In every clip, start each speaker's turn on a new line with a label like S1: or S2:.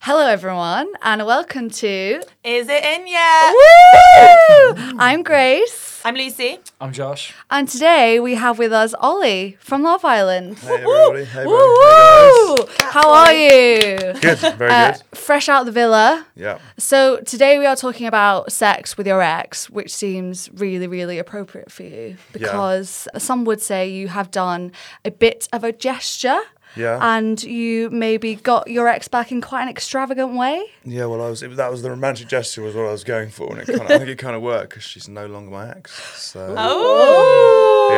S1: Hello, everyone, and welcome to.
S2: Is it in yet?
S1: Woo! I'm Grace,
S2: I'm Lucy.
S3: I'm Josh.
S1: and today we have with us Ollie from Love Island.
S4: Hey everybody. Hey, buddy.
S1: Woo!
S4: hey
S1: How are you?
S4: guys. Good. Very
S1: Uh,
S4: good.
S1: fresh out the villa.
S4: Yeah.
S1: So today we are talking about sex with your ex, which seems really, really appropriate for you because some would say you have done a bit of a gesture.
S4: Yeah.
S1: And you maybe got your ex back in quite an extravagant way.
S4: Yeah. Well, I was. It, that was the romantic gesture was what I was going for, and it kind of, I think it kind of worked because she's no longer my ex. So
S1: Oh,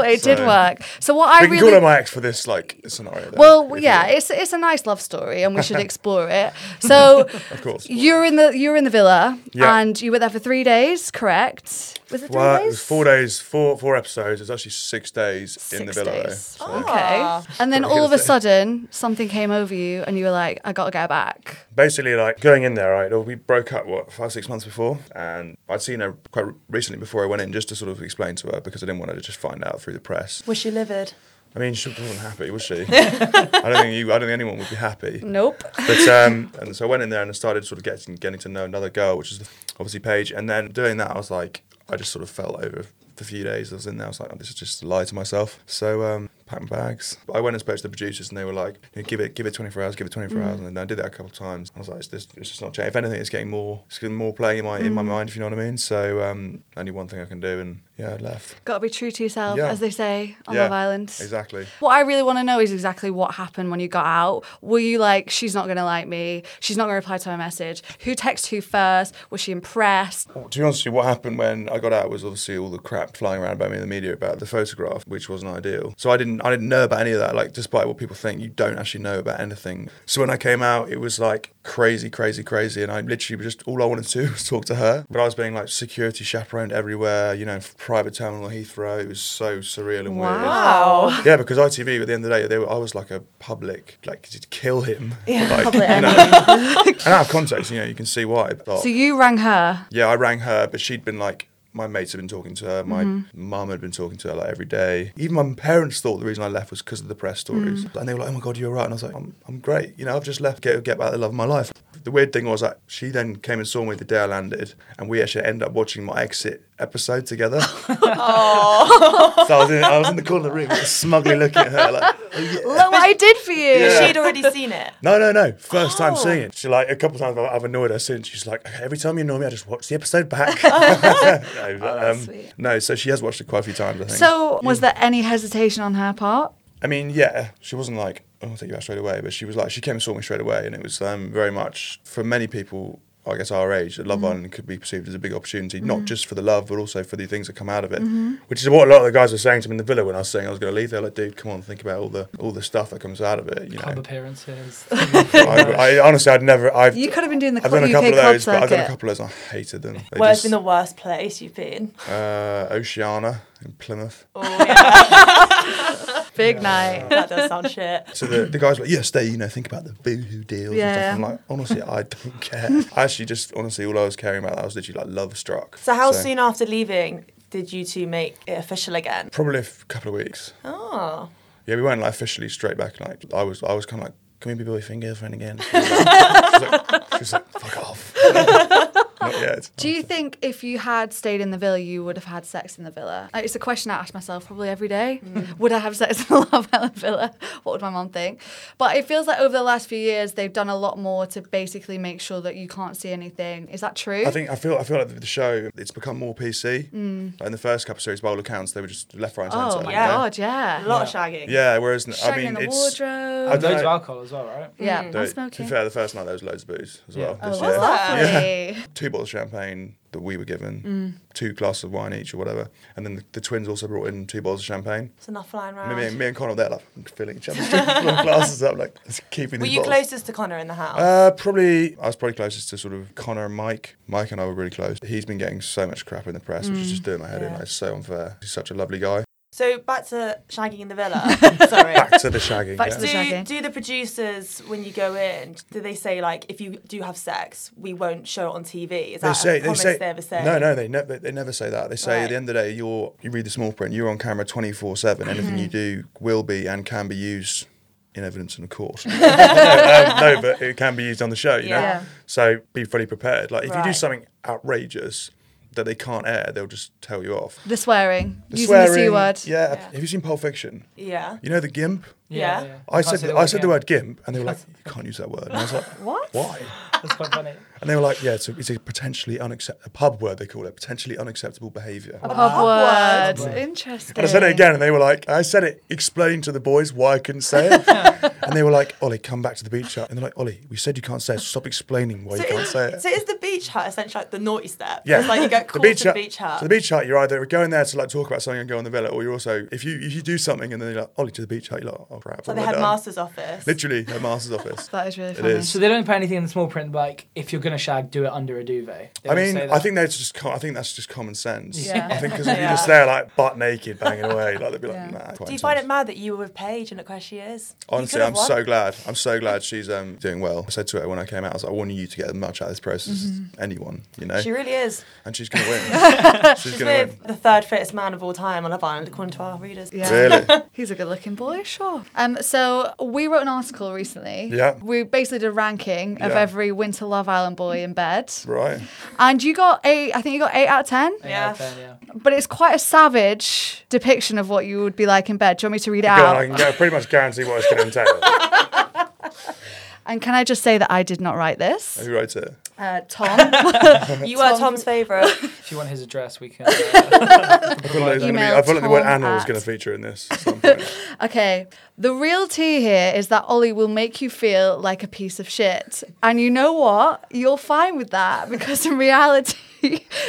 S4: Yeah,
S1: it did
S4: so-
S1: work. So what I
S4: we can
S1: really
S4: call her my ex for this like scenario. Though,
S1: well,
S4: if you
S1: yeah,
S4: like.
S1: it's it's a nice love story, and we should explore it. So
S4: Of course.
S1: you're in the you're in the villa,
S4: Yeah.
S1: and you were there for three days, correct? Was it three
S4: Well, it
S1: days?
S4: was four days, four four episodes. It was actually six days in the
S1: Six
S4: villa. Though,
S1: days. Oh.
S4: so.
S1: Okay.
S2: Ah.
S1: And then
S4: Pretty
S1: all of a
S4: guilty.
S1: sudden, something came over you, and you were like, "I gotta go back."
S4: Basically, like going in there, right? We broke up what five, six months before, and I'd seen her quite recently before I went in, just to sort of explain to her because I didn't want her to just find out through the press.
S2: Was she livid?
S4: I mean, she wasn't happy, was she? I don't think you. I don't think anyone would be happy.
S1: Nope.
S4: But um, and so I went in there and I started sort of getting getting to know another girl, which is obviously Paige. And then doing that, I was like, I just sort of felt over the few days I was in there. I was like, oh, this is just a lie to myself. So um, packed my bags. I went and spoke to the producers, and they were like, "No, give it give it 24 hours, give it 24 hours.
S1: Mm.
S4: And then I did that a couple of times. I was like, it's just, it's just not changing. If anything, it's getting more it's getting more playing in my
S1: Mm.
S4: in my mind, if you know what I mean. So um, only one thing I can do, and yeah, I left.
S1: Gotta be true to yourself,
S4: Yeah.
S1: as they say on
S4: Yeah,
S1: Love Island.
S4: Exactly.
S1: What I really want to know is exactly what happened when you got out. Were you like, she's not going to like me? She's not going to reply to my message? Who texted who first? Was she impressed?
S4: To be honest with you, what happened when I got out was obviously all the crap flying around about me in the media about the photograph, which wasn't ideal. So I didn't, I didn't know about any of that. Like, despite what people think, you don't actually know about anything. So when I came out, it was like crazy, crazy, crazy, and I literally just all I wanted to do was talk to her. But I was being like security chaperoned everywhere, you know, private terminal Heathrow. It was so surreal and weird.
S2: Oh.
S4: Yeah, because ITV at the end of the day, they were, I was like a public, like to kill him. Yeah, like,
S2: public
S4: you know. and out of context, you know, you can see why. But,
S1: So you rang her.
S4: yeah, I rang her, but she'd been like, my mates had been talking to her. My mum had been talking to her like every day. Even my parents thought the reason I left was because of the press stories. And they were like, "Oh my god, you're right." And I was like, "I'm, I'm great. You know, I've just left. Get, get back the love of my life." The weird thing was that she then came and saw me the day I landed, and we actually ended up watching my exit episode together. so I was, in, I was in the corner of the room, smugly looking at her like, "Oh, yeah."
S1: Look what I did for you.
S4: Yeah.
S2: She'd already seen it.
S4: No, no, no. First time
S2: Oh.
S4: seeing it. She like a couple times I've I've annoyed her since. She's like, "Okay, every time you annoy me, I just watch the episode back. no, but, um,
S1: Oh, sweet.
S4: no, so she has watched it quite a few times, I think.
S1: So was there any hesitation on her part?
S4: I mean, yeah, she wasn't like, oh, I'll take you out straight away, but she was like, she came and saw me straight away, and it was um, very much for many people. I guess our age, that Love
S1: Mm-hmm.
S4: Island could be perceived as a big opportunity, not just for the love, but also for the things that come out of it.
S1: Mm-hmm.
S4: Which is what a lot of the guys were saying to me in the villa when I was saying I was going to leave. They're like, "Dude, come on, think about all the all the stuff that comes out of it." You
S3: Club
S4: know,
S3: appearances.
S4: I, I honestly, I'd never, I've
S1: You could have been doing the
S4: I've done a
S1: UK
S4: couple of
S1: club
S4: those, but I've done a
S1: circuit.
S4: couple of those. and I hated them. They
S2: Where's
S4: just-
S2: been the worst place you've been?
S4: uh, Oceana in Plymouth.
S2: Oh, yeah.
S1: Big night.
S2: that does sound shit.
S4: So the, the guys were like, yeah, stay, you know, think about the boohoo deals
S1: Yeah,
S4: and stuff.
S1: yeah.
S4: I'm like, honestly, I don't care. I actually just, honestly, all I was caring about, I was literally like love struck.
S2: So, how soon after leaving did you two make it official again?
S4: Probably a f- couple of weeks.
S2: Oh.
S4: Yeah, we weren't like officially straight back. Like I was, I was kind of like, can we be boyfriend girlfriend again? She was like, she was like fuck off. Not yet.
S1: Do you think if you had stayed in the villa, you would have had sex in the villa? Uh, It's a question I ask myself probably every day. Would I have sex in the Love Island villa? What would my mum think? But it feels like over the last few years, they've done a lot more to basically make sure that you can't see anything. Is that true?
S4: I think I feel I feel like the- the show it's become more PC. Mm. Like in the first couple of series, by all accounts, they were just left, right, and
S1: oh
S4: centre.
S1: my
S2: Yeah.
S1: god,
S2: A
S1: yeah.
S2: lot of shagging.
S4: Yeah, whereas n-
S1: Shagging
S4: I mean,
S1: in the
S4: it's
S1: wardrobe.
S4: I don't
S3: Loads of
S4: know.
S3: alcohol as well, right?
S1: yeah,
S4: Though,
S1: I'm
S4: to
S1: smoking.
S4: be fair, the first night there was loads of booze as well.
S3: Yeah.
S4: this
S1: oh,
S4: year.
S1: lovely. Mm.
S4: Two bottles of champagne that we were given, two glasses of wine each or whatever, and then the, the twins also brought in two bottles of champagne.
S2: It's enough flying
S4: Me,
S2: round.
S4: me, me and Connor there like filling each other's glasses up, like just keeping
S2: Were
S4: these
S2: you
S4: bottles.
S2: closest to Connor in the house?
S4: Uh, probably I was probably closest to sort of Connor and Mike. Mike and I were really close. He's been getting so much crap in the press,
S1: Mm.
S4: which is just doing my head in.
S2: Yeah.
S4: Like, it's so unfair. He's such a lovely guy.
S2: so, back to shagging in the villa. Sorry.
S4: Back to the shagging.
S1: Back
S4: yeah.
S1: to the
S2: Do,
S1: shagging.
S2: do the producers when you go in do they say like if you do have sex we won't show it on TV is that a promise they ever say
S4: no, no, they never, they never say that. They say
S2: Right.
S4: at the end of the day, you're you read the small print, you're on camera twenty four seven. Anything you do will be and can be used in evidence in a court. no, um, no, but it can be used on the show, you know?
S2: Yeah.
S4: So be fully prepared. Like, if you do
S2: Right.
S4: something outrageous that they can't air, they'll just tell you off.
S1: The swearing,
S4: The
S1: using the
S4: swearing,
S1: C word.
S4: Yeah.
S2: Yeah.
S4: Have you seen Pulp Fiction?
S2: Yeah.
S4: You know the gimp?
S2: Yeah.
S4: I
S3: Can't
S4: said,
S3: say
S4: the, I said
S3: again.
S4: the word gimp, and they were like, you can't use that word. And I was like,
S1: What?
S4: Why?
S3: That's quite funny.
S4: And they were like, yeah, it's a, it's a potentially unacceptable, a pub word they call it, potentially unacceptable behaviour.
S1: A
S2: Oh,
S4: And
S1: pub
S3: word.
S1: word. Interesting.
S4: I said it again, and they were like, I said it, explain to the boys why I couldn't say it. and they were like, Ollie, come back to the beach hut. And they're like, Ollie, we said you can't say it, so stop explaining why
S2: So
S4: you can't
S2: is,
S4: say it.
S2: so is the beach hut essentially like the naughty step?
S4: Yeah,
S2: It's like you get called to the beach hut.
S4: So the beach hut, you're either going there to like talk about something and go on the villa, or you're also if you if you do something and then you're like, Ollie to the beach hut, you're like, oh crap.
S2: so
S4: what
S2: the
S4: have I done?"
S2: headmaster's office.
S4: Literally, her master's office.
S1: That is really
S4: It
S1: funny.
S4: is.
S3: So they don't put anything in the small print like if you're gonna shag, do it under a duvet. They
S4: I
S3: don't
S4: mean,
S3: say
S4: I
S3: that.
S4: think that's just co- I think that's just common sense.
S1: Yeah.
S4: I think because if you're
S2: Yeah.
S4: just there like butt naked banging away, like they'd be like,
S1: Yeah.
S4: nah. quite
S2: Do you find it
S4: intense.
S2: mad that you were with Paige and look where she is? You
S4: Honestly,
S2: could've
S4: I'm
S2: won.
S4: so glad. I'm so glad she's um, doing well. I said to her when I came out, I was like, I want you to get as much out of this process as anyone, you know.
S2: Mm-hmm. She really is.
S4: and she's gonna win. she's
S2: She's
S4: gonna win.
S2: with the third fittest man of all time on Love Island, according to our readers.
S1: Yeah.
S4: Really?
S1: He's a good looking boy, sure. Um, so we wrote an article recently.
S4: Yeah.
S1: We basically did a ranking of
S4: Yeah.
S1: every winter Love Island boy in bed.
S4: Right.
S1: And you got eight, I think you got eight out of 10,
S3: Yeah,
S2: Yeah.
S3: fair, yeah.
S1: but it's quite a savage depiction of what you would be like in bed. Do you want me to read it
S4: Go
S1: out?
S4: on, I can go- pretty much guarantee what it's gonna entail.
S1: And can I just say that I did not write this?
S4: Who writes it?
S1: Uh, Tom,
S2: You were Tom's favourite.
S3: If you want his address, we can. Uh,
S4: I feel like, it's gonna be,
S1: Email
S4: I feel like the word
S1: Tom
S4: animal is
S1: at-
S4: going to feature in this. at some point.
S1: Okay, the real tea here is that Ollie will make you feel like a piece of shit. And you know what? You're fine with that because in reality,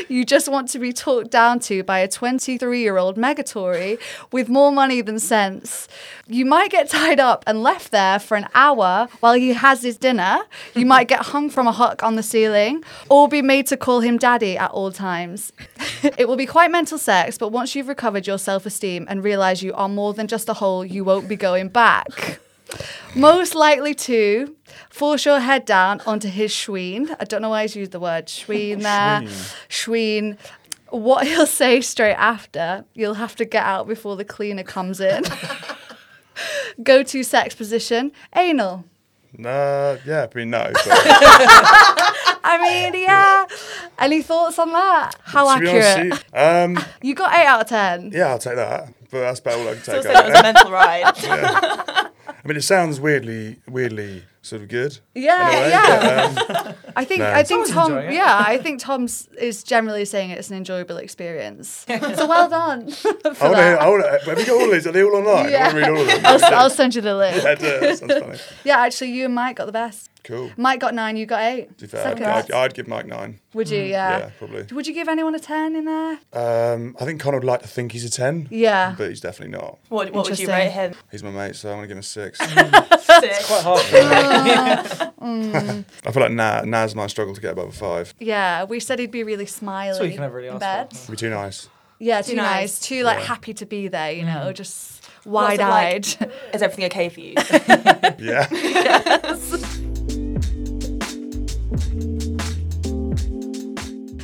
S1: you just want to be talked down to by a 23 year old megatory with more money than sense. You might get tied up and left there for an hour while he has his dinner. You might get hung from a hook on the ceiling or be made to call him daddy at all times. it will be quite mental sex, but once you've recovered your self esteem and realize you are more than just a hole, you won't be going back. Most likely to force your head down onto his schween. I don't know why he's used the word schween there. Schween. What he'll say straight after, you'll have to get out before the cleaner comes in. Go to sex position, anal.
S4: Nah, yeah, I mean, no. But
S1: I mean, yeah. Any thoughts on that? How
S4: to be honest,
S1: accurate?
S4: she- um,
S1: you got eight out of ten.
S4: yeah, I'll take that. But that's about all I can
S2: So
S4: take.
S2: said it was
S4: out.
S2: a mental ride.
S4: I mean, it sounds weirdly, weirdly sort of good.
S1: Yeah,
S4: in a way,
S1: yeah.
S4: but, um,
S1: I think
S4: No.
S1: I think
S3: Someone's
S1: Tom.
S3: enjoying it.
S1: Yeah, I think Tom's is generally saying it's an enjoyable experience. so well done. for
S4: um, I want to hear.
S1: that.
S4: I want to. Have you got all these? Are they all online? I want to read all of them.
S1: I'll, I'll send you the link.
S4: That, uh, that sounds funny.
S1: Yeah, actually, you and Mike got the best.
S4: Cool.
S1: Mike got nine. You got eight.
S4: To be fair, I'd,
S1: Second
S4: I'd,
S1: best.
S4: I'd give Mike nine.
S1: Would you? Yeah.
S4: Mm, Yeah, probably.
S1: Would you give anyone a ten in there?
S4: Um, I think Connor would like to think he's a ten.
S1: Yeah.
S4: But he's definitely not.
S2: What, what would you
S1: Interesting.
S2: rate him?
S4: He's my mate, so I'm gonna give him a six.
S2: Six.
S3: quite hard. really.
S4: I feel like Na, Naz might struggle to get above a five.
S1: Yeah, we said he'd be really smiley.
S3: That's all you can ever really
S1: in
S3: ask
S1: bed.
S3: for.
S4: Be too nice.
S1: Yeah, too,
S2: Too
S1: nice.
S2: nice.
S1: too like
S4: Yeah.
S1: happy to be there. You know, just
S2: Lots of, like,
S1: wide-eyed.
S2: Is everything okay for you?
S4: Yeah.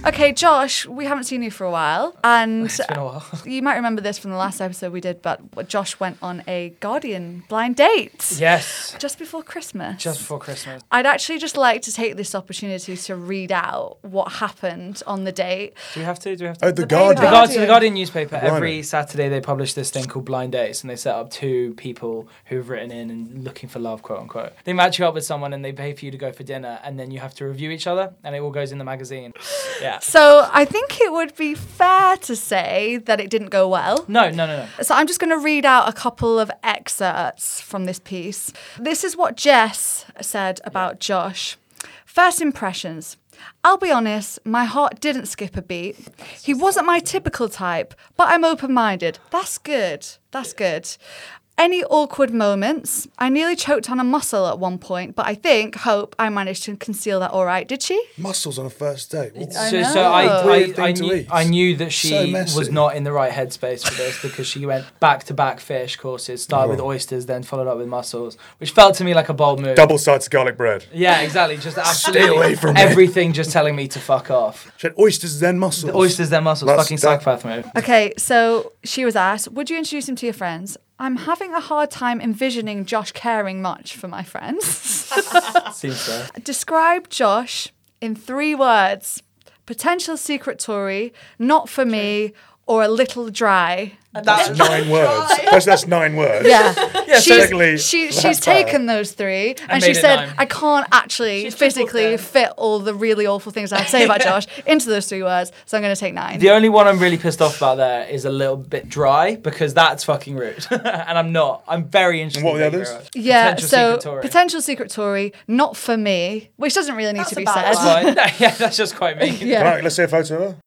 S1: okay, Josh, we haven't seen you for a while, and
S3: It's been a while.
S1: You might remember this from the last episode we did, but Josh went on a Guardian blind date
S3: Yes.
S1: just before Christmas.
S3: Just before Christmas.
S1: I'd actually just like to take this opportunity to read out what happened on the date.
S3: Do we have to? Do we have to?
S4: Oh, the,
S1: The
S4: Guardian.
S3: The
S1: paper.
S3: Guardian, the Guardian newspaper, every
S4: Blimey.
S3: Saturday they publish this thing called Blind Dates, and they set up two people who've written in and looking for love, quote unquote. They match you up with someone and they pay for you to go for dinner, and then you have to review each other, and it all goes in the magazine. Yeah.
S1: So I think it would be fair to say that it didn't go well.
S3: No, no, no, no.
S1: So I'm just going to read out a couple of excerpts from this piece. This is what Jess said about Josh. First impressions. I'll be honest, my heart didn't skip a beat. He wasn't my typical type, but I'm open minded. That's good. That's good. Any awkward moments? I nearly choked on a muscle at one point, but I think, hope, I managed to conceal that all right, did she?
S4: Muscles on a first date. What-
S3: So, I so
S1: know.
S3: I,
S4: Weird
S3: I,
S4: thing
S3: I,
S4: to
S3: knew,
S4: eat.
S3: I knew that she
S4: So messy.
S3: was not in the right headspace for this because she went back to back fish courses, started with oysters, then followed up with mussels, which felt to me like a bold move.
S4: Double sided garlic bread.
S3: Yeah, exactly. Just absolutely
S4: away from me.
S3: everything, just telling me to fuck off.
S4: She had oysters then mussels.
S3: Oysters, their muscles,
S4: That's-
S3: fucking
S4: that-
S3: psychopath move.
S1: Okay, so she was asked, Would you introduce him to your friends? I'm having a hard time envisioning Josh caring much for my friends.
S3: Seems so.
S1: Describe Josh in three words potential secret Tory, not for me, or a little dry.
S4: That's nine words. That's, that's nine words.
S1: Yeah.
S3: Yeah, so-
S1: she's, she, she's
S4: that's bad.
S1: taken those three and, she
S3: made it
S1: said,
S3: nine.
S1: I can't actually
S2: She's tripled
S1: physically
S2: them.
S1: fit all the really awful things I'd say about Josh into those three words, so I'm going to take nine.
S3: The only one I'm really pissed off about there is a little bit dry because that's fucking rude, and I'm not. I'm very interested.
S4: what were the
S3: in Lady
S4: others?
S3: Gaga.
S1: yeah,
S3: Potential
S1: so
S3: secret Tory.
S1: potential secret Tory, not for me, which doesn't really need
S2: That's
S1: to be
S2: a bad
S1: said.
S2: one.
S3: Fine. yeah, that's just quite mean.
S1: Yeah.
S4: Right, let's see a photo of her.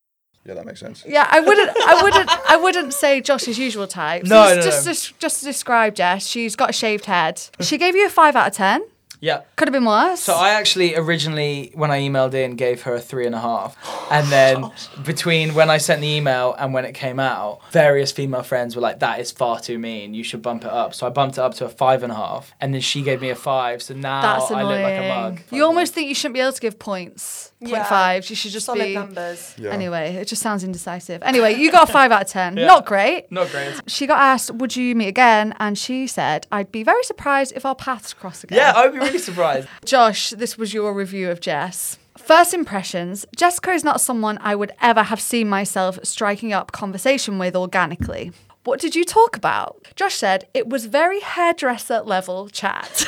S4: Yeah, that makes sense.
S1: Yeah, I wouldn't, I wouldn't, I wouldn't say Josh's usual type.
S3: No,
S1: just,
S3: no,
S1: just,
S3: no.
S1: Just, just to describe Jess, she's got a shaved head. She gave you a five out of ten.
S3: Yeah.
S1: Could have been worse.
S3: So I actually originally, when I emailed in, gave her a three and a half, and then between when I sent the email and when it came out, various female friends were like, "That is far too mean. You should bump it up." So I bumped it up to a five and a half, and then she gave me a five. So now
S1: That's
S3: oh, I
S1: annoying.
S3: look like a mug.
S1: You almost think you shouldn't be able to give points. Point
S2: Yeah.
S1: fives. You should just
S2: Solid
S1: be.
S2: numbers.
S4: Yeah.
S1: Anyway, it just sounds indecisive. Anyway, you got a five out of ten. Not great.
S3: not great.
S1: She got asked, "Would you meet again?" And she said, "I'd be very surprised if our paths cross again."
S3: Yeah, I would be really surprised.
S1: Josh, this was your review of Jess. First impressions Jessica is not someone I would ever have seen myself striking up conversation with organically. What did you talk about? Josh said it was very hairdresser level chat.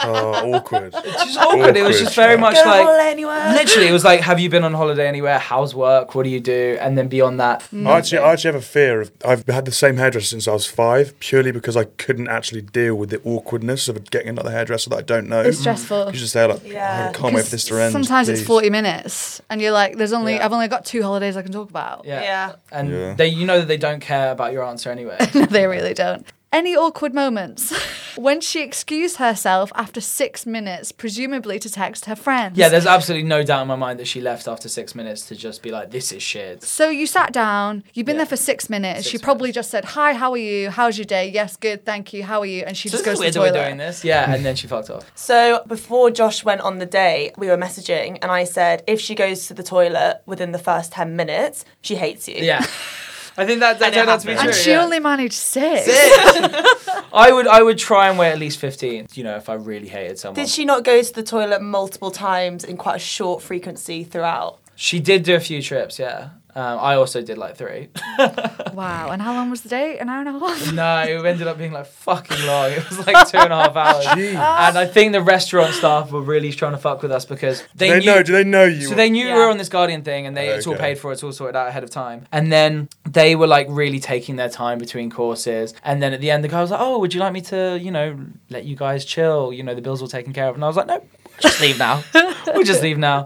S4: Oh, awkward.
S3: It's just awkward. It was
S4: Awkward
S3: just very
S4: chat.
S3: much
S2: Go
S3: like.
S2: holiday anywhere.
S3: Literally, it was like, have you been on holiday anywhere? How's work? What do you do? And then beyond that,
S2: Mm,
S4: I actually, I actually have a fear of. I've had the same hairdresser since I was five, purely because I couldn't actually deal with the awkwardness of getting another hairdresser that I don't know.
S1: It's stressful.
S4: You just say like,
S2: Yeah.
S4: oh, I can't wait for this to end.
S1: Sometimes it's
S4: please."
S1: 40 minutes and you're like, there's only,
S3: Yeah.
S1: I've only got two holidays I can talk about.
S3: yeah.
S2: Yeah.
S3: And
S4: Yeah.
S3: they, you know that they don't care about your answer anyway.
S1: they really don't. Any awkward moments? when she excused herself after six minutes, presumably to text her friends.
S3: Yeah, there's absolutely no doubt in my mind that she left after six minutes to just be like, this is shit.
S1: So you sat down, you've been
S3: Yeah.
S1: there for six minutes.
S3: Six
S1: she probably just said, Hi, how are you? How's your day? Yes, good, thank you. How are you? And she
S3: So
S1: just
S3: this is
S1: goes to the
S3: weird that we're
S1: toilet.
S3: doing this. Yeah, and then she fucked off.
S2: So before Josh went on the date, we were messaging, and I said, if she goes to the toilet within the first ten minutes, she hates you.
S3: Yeah. I think that, that
S2: And it
S3: turned out to be true.
S2: happened.
S1: And she
S3: yeah.
S1: only managed six.
S3: I would I would try and wait at least fifteen, you know, if I really hated someone.
S2: Did she not go to the toilet multiple times in quite a short frequency throughout?
S3: She did do a few trips, yeah. Um, I also did like three.
S1: Wow. And how long was the date? An hour and a half?
S3: No, it ended up being like fucking long. It was like two and a half hours.
S4: Jeez.
S3: And I think the restaurant staff were really trying to fuck with us because they,
S4: They
S3: knew,
S4: know. Do they know you?
S3: So they knew we
S2: Yeah.
S3: were on this Guardian thing, and they it's all
S4: Okay.
S3: paid for, it's all sorted out ahead of time. And then they were like really taking their time between courses. And then at the end, the guy was like, "Oh, would you like me to, you know, let you guys chill? You know, the bills all taken care of." And I was like, "No, we'll just leave now. we'll just leave now."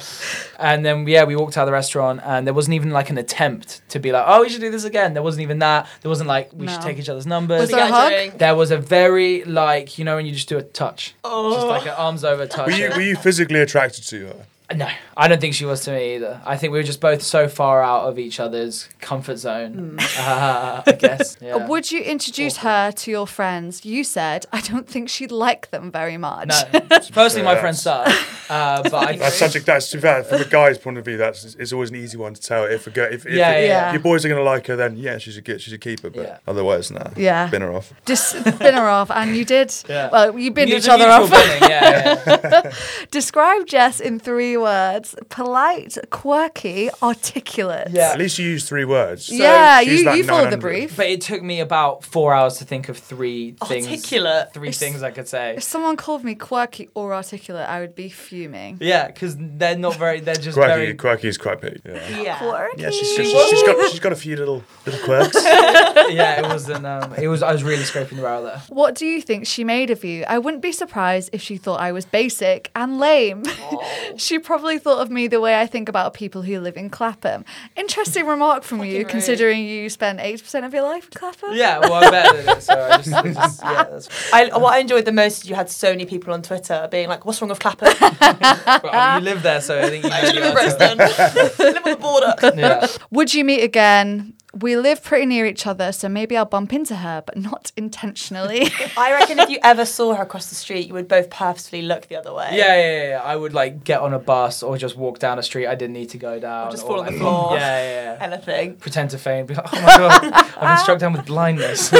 S3: And then yeah, we walked out of the restaurant, and there wasn't even like an attempt to be like, "Oh, we should do this again." There wasn't even that. There wasn't like we should
S1: No.
S3: take each other's numbers.
S1: Was
S2: Did
S1: there
S2: you
S1: a
S2: get
S1: hug?
S2: drink?
S3: There was a very like you know when you just do a touch, just
S2: Oh.
S3: like an arms over touch.
S4: Were you, were you physically attracted to her?
S3: No, I don't think she was to me either. I think we were just both so far out of each other's comfort zone. Uh, I guess. Yeah.
S1: Would you introduce her to your friends? You said, I don't think she'd like them very much.
S3: no. Personally, my
S4: Yeah,
S3: friend suck, uh, but I,
S4: That's such a. That's too bad from a guy's point of view. That's it's always an easy one to tell if a girl. If, if,
S3: Yeah,
S4: if-
S1: yeah.
S4: if your boys are gonna like her, then yeah, she's a good. She's a keeper. But
S3: Yeah.
S4: otherwise, nah.
S1: Yeah.
S4: Bin her off.
S1: Just bin her off. And you did.
S3: Yeah.
S1: Well, you binned
S3: It
S1: each
S3: was a
S1: other off.
S3: mutual binning, Yeah, yeah.
S1: Describe Jess in three words polite, quirky, articulate.
S3: Yeah.
S4: At least you used three words.
S1: yeah,
S4: She's
S1: you,
S4: like
S1: you followed the
S4: 900.
S1: brief.
S3: But it took me about four hours to think of three things.
S2: Articulate.
S3: Three things I could say.
S1: If someone called me quirky or articulate, I would be fuming.
S3: Yeah, because they're not very. They're just
S4: Quirky,
S3: very.
S4: quirky is quite big. Yeah.
S2: Yeah.
S1: Quirky.
S4: Yeah, she's, she's, she's got she's got a few little little quirks.
S3: Yeah, it was. An, um, it was. I was really scraping the barrel there.
S1: What do you think she made of you? I wouldn't be surprised if she thought I was basic and lame. she probably thought of me the way I think about people who live in Clapham. Interesting remark from you,
S2: rude.
S1: considering you spent 80% of your life in Clapham.
S3: Yeah, well, I bet it is. So I just, I just yeah, that's.
S2: I, what I enjoyed the most is you had so many people on Twitter being like, "What's wrong with Clapham?
S3: Well, I mean, um, you live there, so I think you know.
S2: I should
S3: the
S2: live in Preston. live on the border."
S3: answer. Yeah.
S1: Would you meet again? We live pretty near each other, so maybe I'll bump into her, but not intentionally.
S2: I reckon if you ever saw her across the street, you would both purposefully look the other way.
S3: Yeah, yeah, yeah, yeah. I would like get on a bus or just walk down a street I didn't need to go down.
S2: Or just fall on
S3: like-
S2: the floor.
S3: Yeah, yeah, yeah.
S2: Anything.
S3: Pretend to faint. Be like, oh my god, I've been struck down with blindness.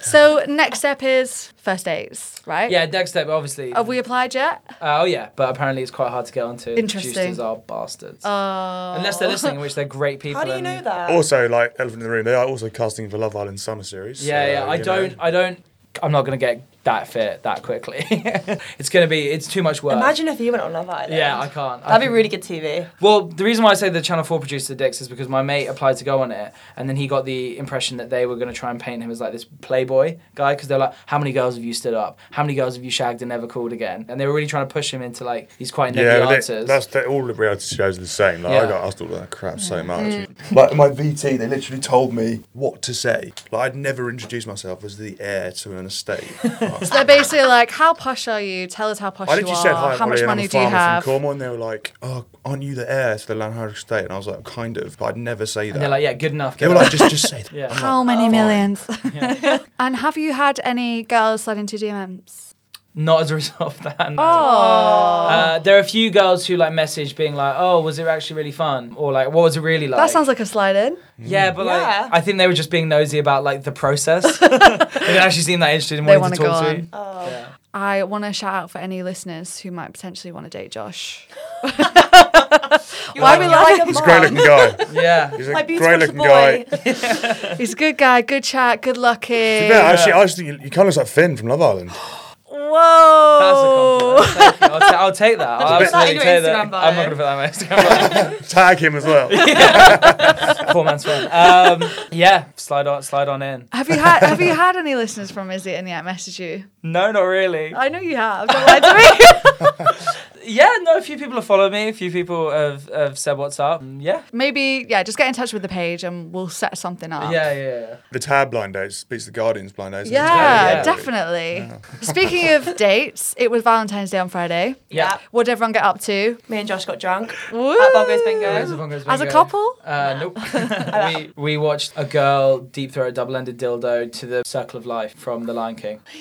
S1: So next step is first dates, right?
S3: Yeah, next step, obviously.
S1: Have we applied yet?
S3: Uh, oh yeah, but apparently it's quite hard to get onto.
S1: Interesting.
S3: Juicers are bastards.
S1: Oh.
S3: Unless they're listening, which they're great people.
S2: How do you
S3: and-
S2: know that?
S4: Also, like elephant in the room, they are also casting for Love Island summer series.
S3: Yeah,
S4: so,
S3: yeah. I
S4: you know.
S3: don't. I don't. I'm not gonna get that fit that quickly. it's gonna be. It's too much work.
S2: Imagine if you went on Love Island.
S3: Yeah, I can't. I
S2: That'd be
S3: can-
S2: really good TV.
S3: Well, the reason why I say the Channel 4 producer dicks is because my mate applied to go on it, and then he got the impression that they were going to try and paint him as like this playboy guy, because they're like, how many girls have you stood up? How many girls have you shagged and never called again? And they were really trying to push him into like these quite nerdy
S4: Yeah, but they-
S3: answers.
S4: that's the, all the reality shows are the same. Like
S3: Yeah. Mm.
S4: I got asked all that crap so much. Like my VT, they literally told me what to say. Like I'd never introduced myself as the heir to an estate.
S1: So they're basically like, how posh are you? Tell us how posh
S4: I
S1: you
S4: literally
S1: are.
S4: said hi,
S1: how
S4: Ollie,
S1: much
S4: and I'm
S1: money
S4: a
S1: do you
S4: farmer
S1: have?
S4: from Cornwall, and they were like, "Oh, aren't you the heir to the Lanhydrock estate?" And I was like, "Kind of," but I'd never say that.
S3: and they're like, yeah, good enough.
S4: They
S3: Good
S4: were
S3: enough.
S4: like, "Just, just say that."
S3: Yeah.
S4: I'm
S1: How
S4: like,
S1: many
S4: "Fine."
S1: millions? and have you had any girls slide into DMs?
S3: Not as a result of that.
S1: Oh,
S3: no. Uh, there are a few girls who like message being like, "Oh, was it actually really fun?" or like, "What was it really like?"
S1: that sounds like a slide in.
S3: yeah, but
S2: Yeah.
S3: like I think they were just being nosy about like the process. they didn't actually seem that interested in
S1: They
S3: wanting to
S1: wanna
S3: talk
S1: go
S3: to.
S1: on.
S2: Oh.
S3: Yeah.
S1: I want to shout out for any listeners who might potentially want to date Josh.
S2: You're
S1: Why
S2: like-
S1: are we
S2: you're like a
S4: He's a
S2: mom.
S4: great looking guy.
S3: yeah.
S4: He's
S2: My
S4: a
S2: beautiful
S4: great looking
S2: boy.
S4: guy.
S1: He's a good guy, good chat, good looking.
S4: Yeah, actually, I just think you, you kind of look like Finn from Love Island.
S3: That's a
S1: Whoa.
S3: compliment. Thank you. I'll, ta- I'll take that. I'll
S2: Did you put that in
S3: absolutely
S2: your
S3: take
S2: Instagram
S3: that.
S2: bio?
S3: I'm not gonna put that on my Instagram.
S4: Tag him as well.
S3: bio. Poor man's friend. Um, yeah, slide on, slide on in.
S1: have you had Have you had any listeners from Is It and Yet message you?
S3: No, not really.
S1: I know you have. Don't lie to me.
S3: Uh, Yeah, no. A few people have followed me. A few people have, have said what's up. Mm, Yeah.
S1: Maybe yeah, just get in touch with the page and we'll set something up.
S3: Yeah, yeah, yeah.
S4: The Tab blind dates beats the Guardians blind dates.
S1: Yeah,
S3: Yeah.
S1: definitely. Speaking of dates, it was Valentine's Day on Friday.
S3: Yeah.
S1: What did everyone get up to?
S2: Me and Josh got drunk.
S1: Woo!
S2: At Bongo's Bingo.
S1: As a couple?
S3: Uh, nope. we, we watched a girl deep throw a double-ended dildo to the Circle of Life from The Lion King.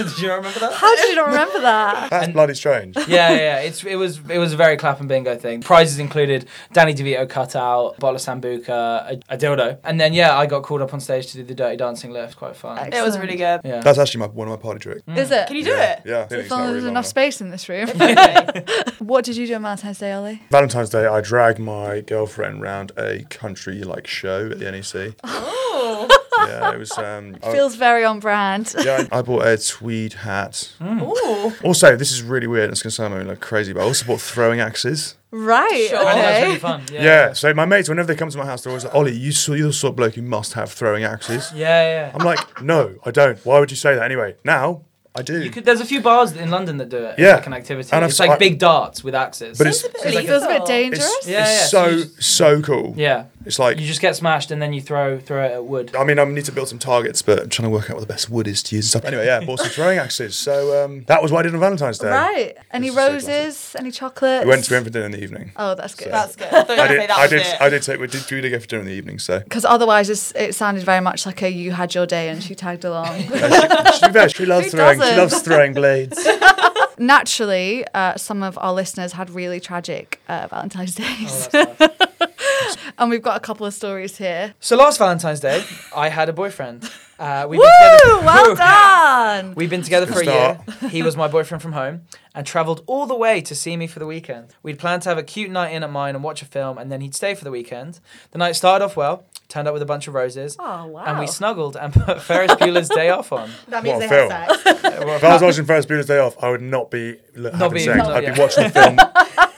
S3: Did you remember that?
S1: How did you not remember that?
S4: That's bloody strange.
S3: yeah, yeah, yeah. It's it was it was a very clap and bingo thing. Prizes included Danny DeVito cutout, bottle of sambuca, a, a dildo, and then yeah, I got called up on stage to do the dirty dancing lift. Quite fun.
S1: Ex-
S2: It was really good.
S3: Yeah.
S4: That's actually my, one of my party tricks.
S1: Is it?
S2: Can you do
S4: yeah,
S2: it?
S4: Yeah.
S1: As long as there's enough space in this room.
S2: Okay.
S1: what did you do on Valentine's Day, Ollie?
S4: Valentine's Day, I dragged my girlfriend round a country like show at the NEC.
S2: Ooh.
S4: yeah, it was. Um, I-
S1: Feels very on brand.
S4: yeah, I bought a tweed hat.
S3: Hmm?
S2: Ooh.
S4: Also, this is really weird. and It's gonna sound like crazy, but I also bought throwing axes.
S1: right.
S2: Sure.
S3: Oh, that's
S1: Okay.
S3: really fun. Yeah.
S4: Yeah. So my mates, whenever they come to my house, they're always like, "Ollie, you saw you're the sort of bloke who must have throwing axes."
S3: Yeah, yeah.
S4: I'm like, "No, I don't. Why would you say that?" Anyway, now I do.
S3: You could, there's a few bars in London that do it.
S4: Yeah.
S3: Like an activity.
S4: And I've
S3: it's
S4: s-
S3: like
S4: I-
S3: big darts with axes.
S4: but it's
S2: It's
S1: It feels a bit
S2: illegal.
S1: dangerous.
S4: it's,
S3: Yeah, yeah,
S4: it's
S3: so
S4: so
S3: you
S4: so cool.
S3: yeah.
S4: It's like
S3: You just get smashed and then you throw throw it at wood.
S4: I mean, I need to build some targets, but I'm trying to work out what the best wood is to use and stuff. Anyway, yeah, bought some throwing axes. So um, that was what I did on Valentine's Day.
S1: Right. Any
S4: It's so classic.
S1: roses? Any chocolates?
S4: We went to Everton in the evening.
S1: Oh, that's good.
S2: That's good. I thought you were
S4: I
S2: going to say
S4: did.
S2: that
S4: I
S2: was
S4: did.
S2: it.
S4: I did take. We did we did go for dinner in the evening. So
S1: Because otherwise, it's, it sounded very much like a you had your day and she tagged along.
S4: to be fair, she loves
S1: Who
S4: throwing. She
S1: doesn't?
S4: loves throwing blades.
S1: Naturally, uh, some of our listeners had really tragic uh, Valentine's days. and we've got a couple of stories here.
S3: So last Valentine's Day, I had a boyfriend. Uh, we've
S1: Woo!
S3: been together.
S1: Well
S3: Woo!
S1: done.
S3: We've been together
S4: Good
S3: for a
S4: start.
S3: year. He was my boyfriend from home and travelled all the way to see me for the weekend. We'd planned to have a cute night in at mine and watch a film, and then he'd stay for the weekend. The night started off well, turned up with a bunch of roses,
S1: Oh, wow.
S3: and we snuggled and put Ferris Bueller's Day Off on.
S2: That
S4: means What a they had film.
S2: sex.
S4: If I was watching Ferris Bueller's Day Off, I would not be not having
S3: be-
S4: sex.
S3: not-
S4: I'd
S3: yeah.
S4: be watching the film.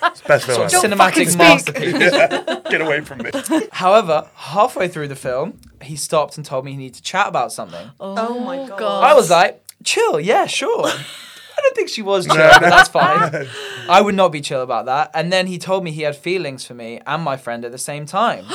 S4: It's the best film
S3: Sort of
S4: ever.
S1: Cinema- fucking
S3: cinematic
S1: speak.
S3: masterpiece.
S4: Get away from me.
S3: However, halfway through the film, he stopped and told me he needed to chat about something.
S2: Oh my God.
S3: I was like, chill, yeah, sure. I don't think she was chill,
S4: No,
S3: but that's fine. I would not be chill about that. And then he told me he had feelings for me and my friend at the same time.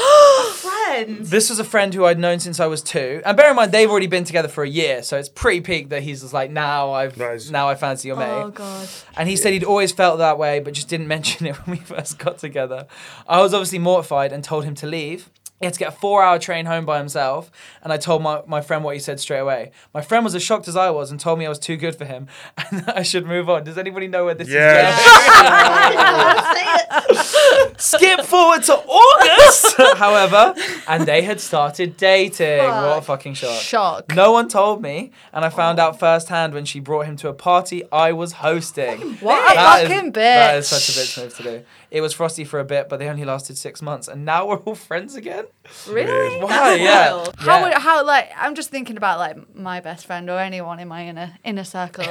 S2: Friends.
S3: this was a friend who I'd known since I was two. And bear in mind, they've already been together for a year, so it's pretty peak that he's just like, now I've
S4: That is-
S3: now I fancy your
S1: Oh,
S3: mate.
S1: God.
S3: And he said he'd always felt that way, but just didn't mention it when we first got together. I was obviously mortified and told him to leave. He had to get a four hour train home by himself, and I told my, my friend what he said straight away. My friend was as shocked as I was and told me I was too good for him and that I should move on. Does anybody know where this
S4: Yes.
S3: is going? Skip forward to August! however, and they had started dating. What a
S1: Fuck.
S3: fucking shock.
S1: Shock.
S3: No one told me, and I found out firsthand when she brought him to a party I was hosting.
S1: What a
S3: That is-
S1: fucking bitch.
S3: That is such a bitch move to do. It was frosty for a bit, but they only lasted six months, and now we're all friends again.
S1: Really?
S3: Why?
S1: That's
S3: Yeah.
S1: wild.
S3: Yeah.
S1: How would how like I'm just thinking about like my best friend or anyone in my inner inner circle,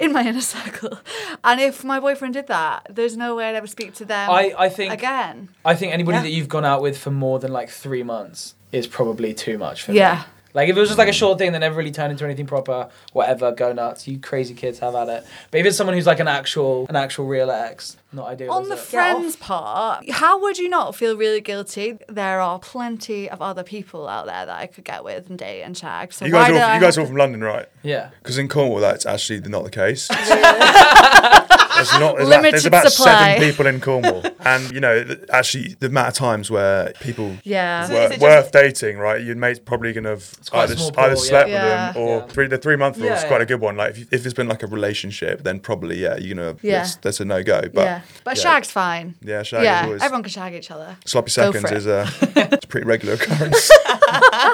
S1: in my inner circle, and if my boyfriend did that, there's no way I'd ever speak to them.
S3: I, I think
S1: again.
S3: I think anybody
S2: Yeah.
S3: that you've gone out with for more than like three months is probably too much for me.
S1: Yeah.
S3: Like if it was just like a short thing that never really turned into anything proper, whatever, go nuts, you crazy kids, have at it. But if it's someone who's like an actual, an actual real ex, not ideal.
S1: On
S3: is
S1: the
S3: it?
S1: friends part, how would you not feel really guilty? There are plenty of other people out there that I could get with and date and shag. So
S4: You
S1: why
S4: guys,
S1: do
S4: are
S1: I
S4: all, you guys are
S1: have
S4: all from London, right?
S3: yeah.
S4: Because in Cornwall, that's actually not the case. there's not, there's,
S1: Limited
S4: there's about
S1: supply.
S4: seven people in Cornwall, and you know, th- actually, the amount of times where people
S1: to- yeah.
S2: So
S4: were,
S2: is it
S4: were
S2: just-
S4: dating, right? Your mate's probably gonna have
S3: quite a
S4: either,
S3: small
S4: either
S3: pool, yeah.
S4: slept
S1: Yeah.
S4: with them or
S3: Yeah.
S4: three, the three month rule is
S3: Yeah.
S4: quite a good one. Like, if, you- if it's been like a relationship, then probably yeah, you're gonna
S1: Yeah.
S4: that's, that's a no go. But
S1: yeah, but
S4: yeah.
S1: shag's fine.
S4: Yeah, shag is
S1: yeah,
S4: always-
S1: everyone can shag each other.
S4: sloppy
S1: Go for
S4: seconds
S1: it.
S4: is a it's a pretty regular occurrence.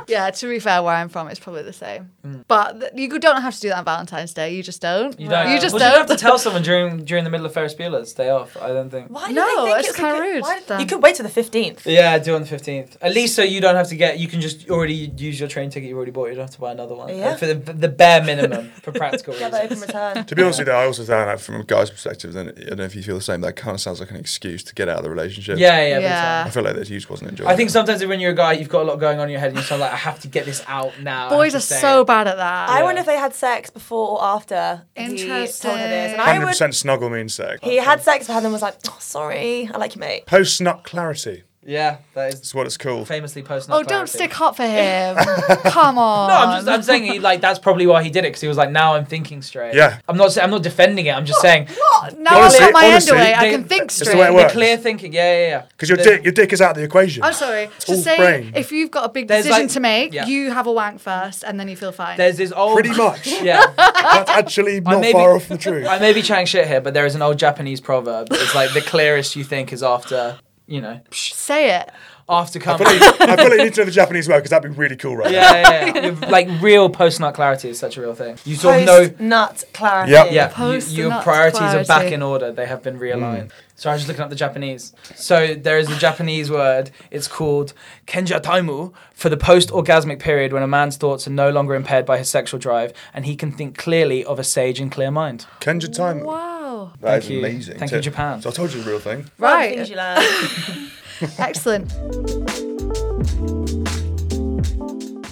S1: yeah, to be fair, where I'm from, it's probably the same.
S4: Mm.
S1: But th- you don't have to do that on Valentine's Day. You just don't.
S3: You don't.
S1: You just
S3: well,
S1: don't.
S3: You don't have to tell someone during during the middle of Ferris Bueller's Day Off. I don't think.
S2: Why do
S1: No,
S2: they think
S1: it's
S2: it's
S1: kinda
S2: like a-
S1: rude,
S2: why-
S1: Dan.
S2: You could wait till the fifteenth.
S3: Yeah, do on the fifteenth. At least so you don't have to get. You can just already use your train ticket you already bought. You don't have to buy another one.
S2: Yeah.
S3: And for the, the bare minimum for practical
S2: Get that open
S3: reasons.
S2: return.
S4: to be honest with you, I also found that from a guy's perspective, and I don't know if you feel the same. That kind of sounds like an excuse to get out of the relationship.
S3: Yeah, yeah, big
S1: Yeah.
S3: time.
S4: I feel like this huge wasn't enjoying.
S3: I think sometimes when you're a guy, you've got a lot going on in your head, and you're sort of like, I have to get this out now. I have
S1: Boys
S3: to
S1: are
S3: say
S1: so
S3: it.
S1: bad at that.
S2: I wonder if they had sex before or after. He told her this, and I
S4: hundred
S2: would.
S4: percent snuggle means sex.
S2: He had sex with her and was like, "Oh, sorry, I like you, mate."
S4: Post snug clarity.
S3: Yeah, that is
S4: That's what it's called.
S3: famously post.
S1: oh, don't stick hot for him. Come on.
S3: No, I'm just I'm saying he, like that's probably why he did it because he was like now I'm thinking straight.
S4: Yeah.
S3: I'm not sa- I'm not defending it. I'm just saying
S1: What? Now
S4: Honestly-
S1: I've got my
S4: honestly,
S1: end away. I
S3: they-
S1: can think
S4: it's the
S1: straight.
S4: way it works.
S3: clear thinking. Yeah, yeah, yeah.
S4: Because your
S3: The-
S4: dick, your dick is out of the equation.
S1: I'm sorry.
S4: all
S1: Just say
S4: brain.
S1: if you've got a big
S3: There's
S1: decision
S3: like-
S1: to make,
S3: yeah.
S1: you have a wank first, and then you feel fine.
S3: There's this old
S4: Pretty much.
S3: Yeah.
S4: That's actually not
S3: may be-
S4: far off from the truth.
S3: I may be chatting shit here, but there is an old Japanese proverb. It's like the clearest you think is after, you know,
S1: say it.
S3: after
S4: I
S3: coming.
S4: feel, like, I feel like you need to know the Japanese word because that'd be really cool right now.
S3: Yeah, yeah, yeah. With, like real post nut clarity is such a real thing. You sort of know.
S2: Post nut clarity.
S4: Yep.
S3: Yeah,
S1: Post
S3: you, your
S1: nut
S3: priorities are back
S1: clarity.
S3: in order. They have been realigned. So I was just looking up the Japanese. So there is a Japanese word. It's called kenja taimu for the post-orgasmic period when a man's thoughts are no longer impaired by his sexual drive and he can think clearly of a sage and clear mind.
S4: Kenja time.
S1: Wow.
S4: That is
S3: Thank you.
S4: amazing.
S3: Thank
S4: too.
S3: you, Japan.
S4: So I told you the real thing.
S2: One of the
S1: Right.
S2: Things you learn.
S1: Excellent.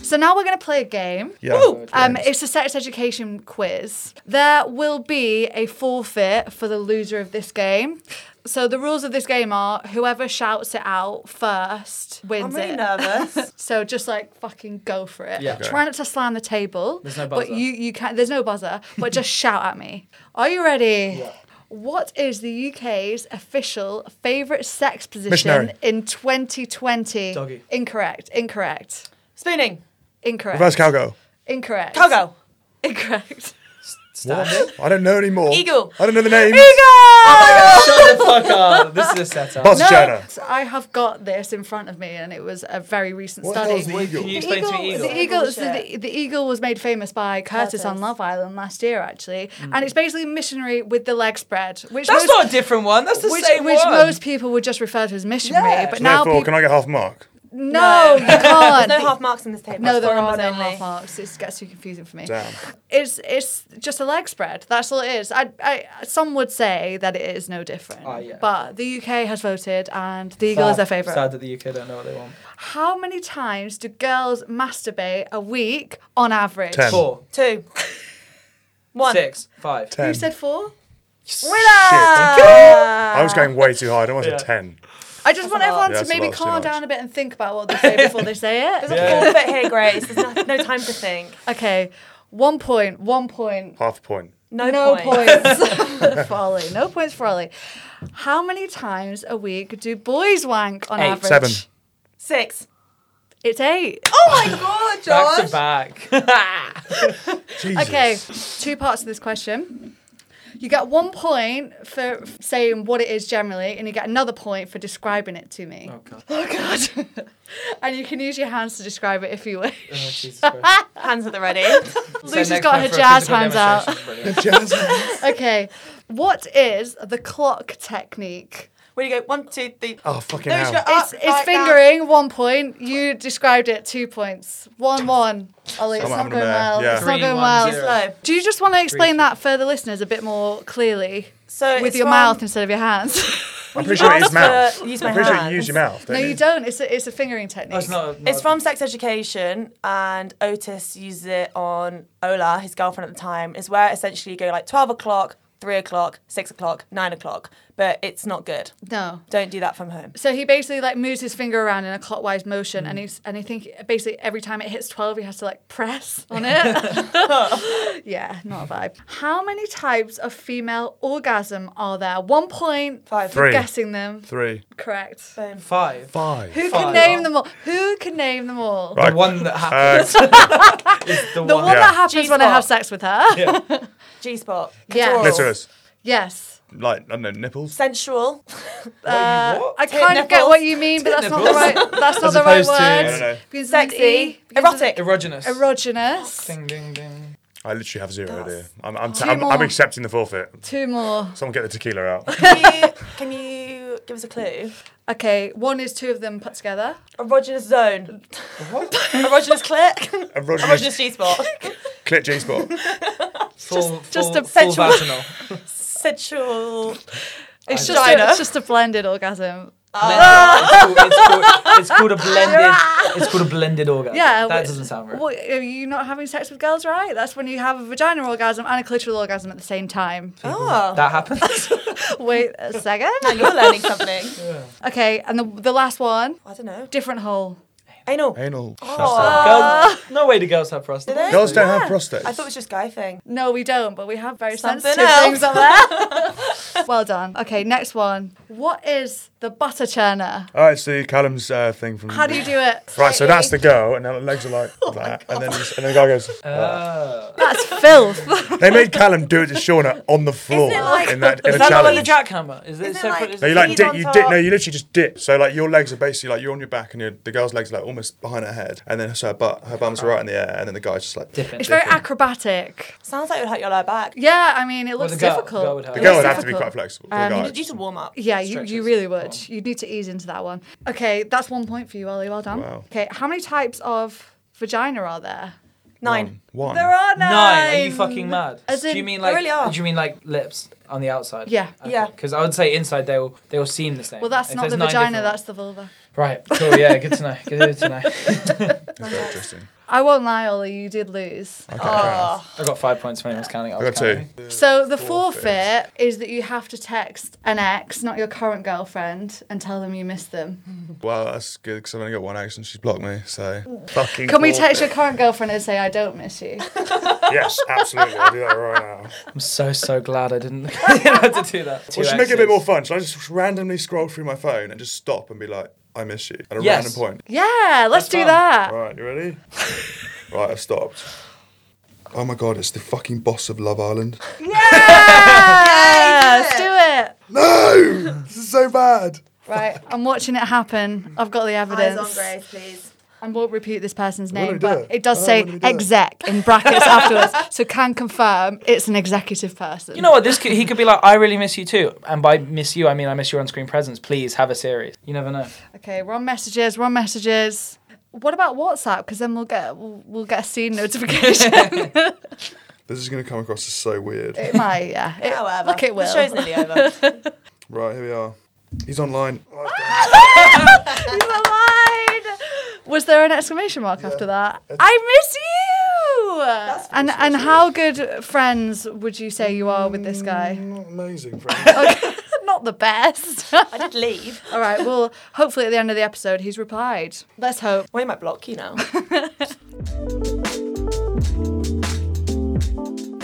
S1: So now we're going to play a game.
S4: Yeah.
S1: Um, it's a sex education quiz. There will be a forfeit for the loser of this game. So the rules of this game are whoever shouts it out first
S2: I'm
S1: wins
S2: really
S1: it.
S2: nervous.
S1: So just like fucking go for it.
S3: Yeah.
S4: Okay.
S1: Try not to slam the table.
S3: There's no
S1: But
S3: buzzer.
S1: you you can there's no buzzer, but just shout at me. Are you ready?
S3: Yeah.
S1: What is the UK's official favourite sex position
S4: Missionary.
S1: in 2020?
S3: Doggy.
S1: Incorrect. Incorrect.
S2: Spooning.
S1: Incorrect.
S4: Reverse cowgirl.
S1: Incorrect.
S2: Cowgirl.
S1: Incorrect.
S3: Standing.
S4: I don't know anymore.
S2: Eagle.
S4: I don't know the names.
S1: Oh
S3: Shut the fuck up. This is a setup.
S4: Bus
S1: No,
S4: chowder.
S1: so I have got this in front of me, and it was a very recent
S4: What the
S1: study.
S4: hell's the eagle?
S3: Can you explain to me eagle?
S1: The eagle, so
S2: Bullshit.
S1: the, the eagle was made famous by Curtis,
S2: Curtis.
S1: on Love Island last year, actually, and it's basically missionary with the leg spread, which
S3: Mm. That's
S1: most,
S3: not a different one. That's the
S1: which,
S3: same
S1: which
S3: one.
S1: most people would just refer to as missionary,
S3: Yeah.
S1: but
S3: So
S1: now
S4: Therefore,
S1: people,
S4: can I get half a mark?
S1: no, you can't.
S2: No half marks on this table.
S1: No,
S2: It's
S1: there
S2: four
S1: are
S2: numbers
S1: no
S2: only.
S1: half marks. It gets too confusing for me.
S4: Damn.
S1: It's it's just a leg spread. That's all it is. I, I some would say that it is no different.
S3: Oh, yeah.
S1: But the UK has voted, and the eagle is
S3: Sad-
S1: their favourite.
S3: Sad that the UK don't know what they want.
S1: How many times do girls masturbate a week on average?
S4: Ten.
S3: Four,
S2: Two. One.
S3: six, five.
S4: Ten.
S1: You said four?
S4: Shit. I was going way too high. I don't want to
S3: Yeah.
S4: say ten.
S1: I just want
S2: a lot.
S1: everyone
S4: Yeah,
S1: to
S4: that's a
S1: maybe
S4: lot, it's too
S1: calm
S4: much.
S1: down a bit and think about what they say before they say it.
S2: There's a forfeit here, Grace. There's no, no time to think.
S1: Okay, one point, one point.
S4: Half a point.
S2: No,
S1: No
S2: point.
S1: points for Ollie. No points for Ollie. How many times a week do boys wank on
S3: Eight.
S1: average?
S4: Seven.
S2: Six.
S1: It's eight.
S2: Oh my god, Josh.
S3: Back to back.
S4: Jesus.
S1: Okay, two parts to this question. You get one point for saying what it is generally, and you get another point for describing it to me.
S3: Oh god.
S1: Oh god! and you can use your hands to describe it if you wish.
S3: Oh, Jesus Christ.
S2: Hands at the ready.
S1: Lucy's
S3: next
S1: got
S3: time
S1: her
S3: for a
S1: jazz
S3: physical
S1: hands out.
S3: demonstration, brilliant.
S4: Jazz.
S1: okay, what is the clock technique?
S2: Where you go, one, two, three.
S4: oh fucking
S2: No, you
S4: hell.
S2: should go
S3: Uh,
S1: It's,
S2: up,
S1: it's
S2: right, down.
S1: fingering one point. You described it two points. One one. Ollie, it's
S4: I'm
S1: not
S4: having a
S1: going
S4: mare,
S1: well.
S4: yeah.
S1: It's
S3: Three,
S1: not going
S3: one,
S1: well.
S3: zero.
S2: Slow.
S1: Do you just want to explain
S3: two.
S1: that for the listeners a bit more clearly
S2: So
S1: with
S2: it's
S1: your
S2: from-
S1: mouth instead of your hands?
S4: I'm pretty sure it is
S2: asked
S4: mouth.
S2: for- use my
S4: I'm pretty sure you
S2: hands.
S4: use your mouth.
S1: no,
S4: don't
S1: you
S4: you?
S1: don't. It's a, it's a fingering technique.
S3: Oh, it's not. not
S2: It's from Sex Education, and Otis uses it on Ola, his girlfriend at the time. Is where essentially you go like twelve o'clock, three o'clock, six o'clock, nine o'clock, but it's not good.
S1: No.
S2: Don't do that from home.
S1: So he basically like moves his finger around in a clockwise motion,
S3: Mm.
S1: and he's and I think basically every time it hits twelve, he has to like press on it. yeah, not a vibe. How many types of female orgasm are there? One point
S2: Five.
S1: for
S4: Three.
S1: guessing them.
S4: Three.
S1: Correct.
S2: Boom.
S3: five.
S4: Five.
S1: Who
S3: Five.
S1: can name them all? Who can name them all?
S4: Right.
S3: The one that
S4: Uh,
S3: happens. is the,
S1: The
S3: one.
S1: one
S4: Yeah.
S1: that happens when I have
S2: G-spot.
S1: sex with her.
S2: G spot.
S1: Yeah.
S4: clitoris.
S1: Yes.
S4: Like, I don't know, nipples.
S2: Sensual.
S1: Uh,
S3: what?
S1: I
S2: Tit
S1: kind of get
S2: nipples.
S1: what you mean, but that's not the right. That's not
S3: As
S1: the right
S3: opposed to- I
S4: don't know.
S1: word. Begins with an E,
S2: Sexy.
S1: begins with
S2: Erotic.
S3: Erogenous.
S1: Erogenous.
S3: Ding ding ding.
S4: I literally have zero idea. I'm, I'm,
S1: Two
S4: I'm, I'm
S1: more.
S4: accepting the forfeit.
S1: Two more.
S4: Someone get the tequila out.
S2: can, you, can you give us a clue?
S1: Okay, one is two of them put together.
S2: Erogenous zone. Erogenous click. Erogenous
S4: Erogenous
S2: G spot.
S4: clit G spot.
S3: Full,
S1: just
S3: full,
S1: a
S3: full
S1: sensual-
S3: vaginal.
S2: Sensual.
S1: It's
S2: I
S1: just
S2: don't
S1: a,
S2: know.
S1: it's just a blended orgasm.
S3: Blended. It's, called, it's, called, it's called a blended. It's called a blended orgasm.
S1: Yeah,
S3: that
S1: wh-
S3: doesn't sound right.
S1: What, are you not having sex with girls, right? That's when you have a vaginal orgasm and a clitoral orgasm at the same time.
S2: Oh.
S3: That happens.
S1: Wait a second.
S2: You're learning something.
S1: Okay, and the, the last one,
S2: I don't know.
S1: different hole.
S2: Anal.
S4: Anal.
S1: Uh,
S3: Girls, no way to girls have prostate.
S2: Do they?
S4: Girls don't have prostate.
S2: I thought it was just guy thing.
S1: No, we don't, but we have very
S2: Something
S1: sensitive
S2: else.
S1: things up there. well done. Okay, next one. What is the butter churner?
S4: All right, so Callum's uh, thing from.
S1: How do you do it?
S4: Right, so that's the girl, and her legs are like that, and then he's- and the guy goes.
S3: Uh,
S1: That's filth.
S4: They made Callum do it to Shauna on the floor
S2: Isn't it like-
S4: in that in
S3: is
S4: a
S3: that not like the
S4: challenge.
S3: jackhammer? Is
S2: Isn't
S3: it
S2: it
S3: separate?
S2: like-
S3: is
S4: No,
S3: it-
S4: you like
S2: Feet
S4: dip,
S2: on
S4: you dip. No,
S2: top.
S4: you literally just dip. So like your legs are basically like you're on your back, and your, the girl's legs are like almost behind her head, and then so her butt, her bum's right in the air, and then the guy's just like
S3: Dipping.
S1: It's very acrobatic.
S2: Sounds like it would hurt your lower back.
S1: Yeah, I mean, it
S3: Well,
S1: looks
S3: the girl-
S1: difficult.
S3: girl would have
S1: It
S4: The girl
S1: looks
S4: would have to be
S1: difficult.
S4: quite flexible. for
S2: You
S4: a guy.
S2: need Um, you to warm up.
S1: Yeah, you, you
S3: Stretches.
S1: really would.
S3: Wow.
S1: You'd need to ease into that one. Okay, that's one point for you, Ollie. Well done.
S4: Wow.
S1: Okay, how many types of vagina are there?
S2: Nine.
S4: One.
S1: There are nine.
S3: Nine? Are you fucking mad?
S1: As
S3: do you
S1: in-
S3: mean
S2: They
S3: like?
S2: really are.
S3: Do you mean like lips on the outside?
S1: Yeah.
S2: Yeah.
S3: Because I would say inside they will they will seem the same.
S1: Well, that's
S3: If
S1: not
S3: there's
S1: the
S3: nine
S1: vagina,
S3: different-
S1: that's the vulva.
S3: right. Cool. Yeah. Good to know. Good to know.
S4: That's very interesting.
S1: I won't lie, Ollie, you did lose.
S4: Okay, fair
S1: Ah.
S4: enough.
S2: Oh.
S3: I got five points when I was counting. I,
S4: I
S3: was
S4: got two.
S3: counting.
S1: So the
S4: Forfeit.
S1: forfeit is that you have to text an ex, not your current girlfriend, and tell them you miss them.
S4: Well, that's good because I've only got one ex and she's blocked me. So fucking.
S1: Can we
S4: forfeit.
S1: text your current girlfriend and say I don't miss you?
S4: Yes, absolutely. I'll do that right now.
S3: I'm so so glad I didn't have to do that. Two
S4: Well, should make it a
S3: Xs.
S4: bit more fun. Should I just randomly scroll through my phone and just stop and be like, I miss you at a
S3: Yes.
S4: random point?
S1: Yeah, let's
S3: That's
S1: do
S3: fun.
S1: that.
S4: Right, you ready? right, I've stopped. Oh my god, it's the fucking boss of Love Island.
S1: Yeah, let's
S2: it.
S1: do it.
S4: No! this is so bad.
S1: Right, I'm watching it happen. I've got the
S2: Eyes
S1: evidence.
S2: on Grace, please.
S1: I won't repeat this person's
S4: Why don't
S1: name,
S4: we do
S1: but
S4: it?
S1: it does
S4: Oh,
S1: say
S4: why don't we do it?
S1: exec in brackets afterwards, so can confirm it's an executive person.
S3: You know what? This could, he could be like, I really miss you too, and by miss you, I mean I miss your on-screen presence. Please have a series. You never know.
S1: Okay, we're on messages. We're on messages. What about WhatsApp? Because then we'll get we'll, we'll get a scene notification.
S4: This is going to come across as so weird.
S1: it might, yeah. It,
S2: However,
S1: look, it will.
S2: the show's nearly over.
S4: Right, here we are. He's online. Oh,
S1: You were mine! Was there an exclamation mark after that? I miss you. and and how good friends would you say you are with this
S3: Mm.
S1: guy?
S4: not Mm, amazing, friend.
S1: Okay, Not the best.
S2: I did leave.
S1: All right. Well, hopefully at the end of the episode he's replied. Let's hope.
S2: Well, he might block you now.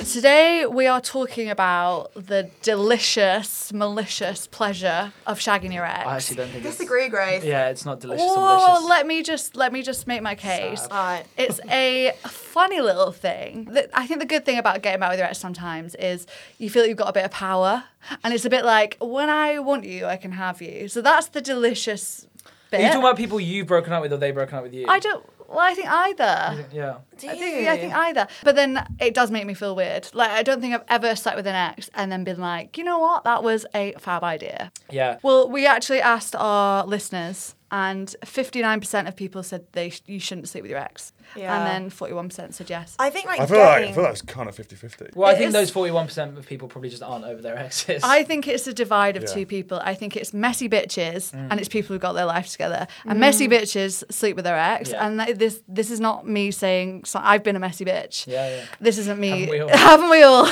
S1: Today we are talking about the delicious, malicious pleasure of shagging your ex.
S3: I actually don't think it's.
S2: Disagree, Grace.
S3: Yeah, it's not delicious. or
S1: Oh,
S3: malicious.
S1: let me just let me just make my case.
S3: Sad.
S2: All right.
S1: It's a funny little thing. that- I think the good thing about getting out with your ex sometimes is you feel you've got a bit of power, and it's a bit like when I want you, I can have you. So that's the delicious bit.
S3: Are you talking about people you've broken up with or they've broken up with you?
S1: I don't. Well, I think either.
S3: Yeah.
S2: Do
S1: I think, yeah, I think either. But then it does make me feel weird. Like I don't think I've ever sat with an ex and then been like, you know what, that was a fab idea.
S3: Yeah.
S1: Well, we actually asked our listeners, and 59% of people said they sh- you shouldn't sleep with your ex.
S2: Yeah.
S1: And then 41% said yes.
S2: I think like
S4: I feel
S2: getting.
S4: like I feel like it's kind of 50-50.
S3: Well, I
S1: It
S3: think
S1: is-
S3: those forty-one percent of people probably just aren't over their exes.
S1: I think it's a divide of
S4: Yeah.
S1: two people. I think it's messy bitches and it's people who got their life together. And messy bitches sleep with their ex.
S3: Yeah.
S1: And th- this this is not me saying so I've been a messy bitch.
S3: Yeah, yeah.
S1: This isn't me.
S3: Haven't we all?
S1: haven't we all?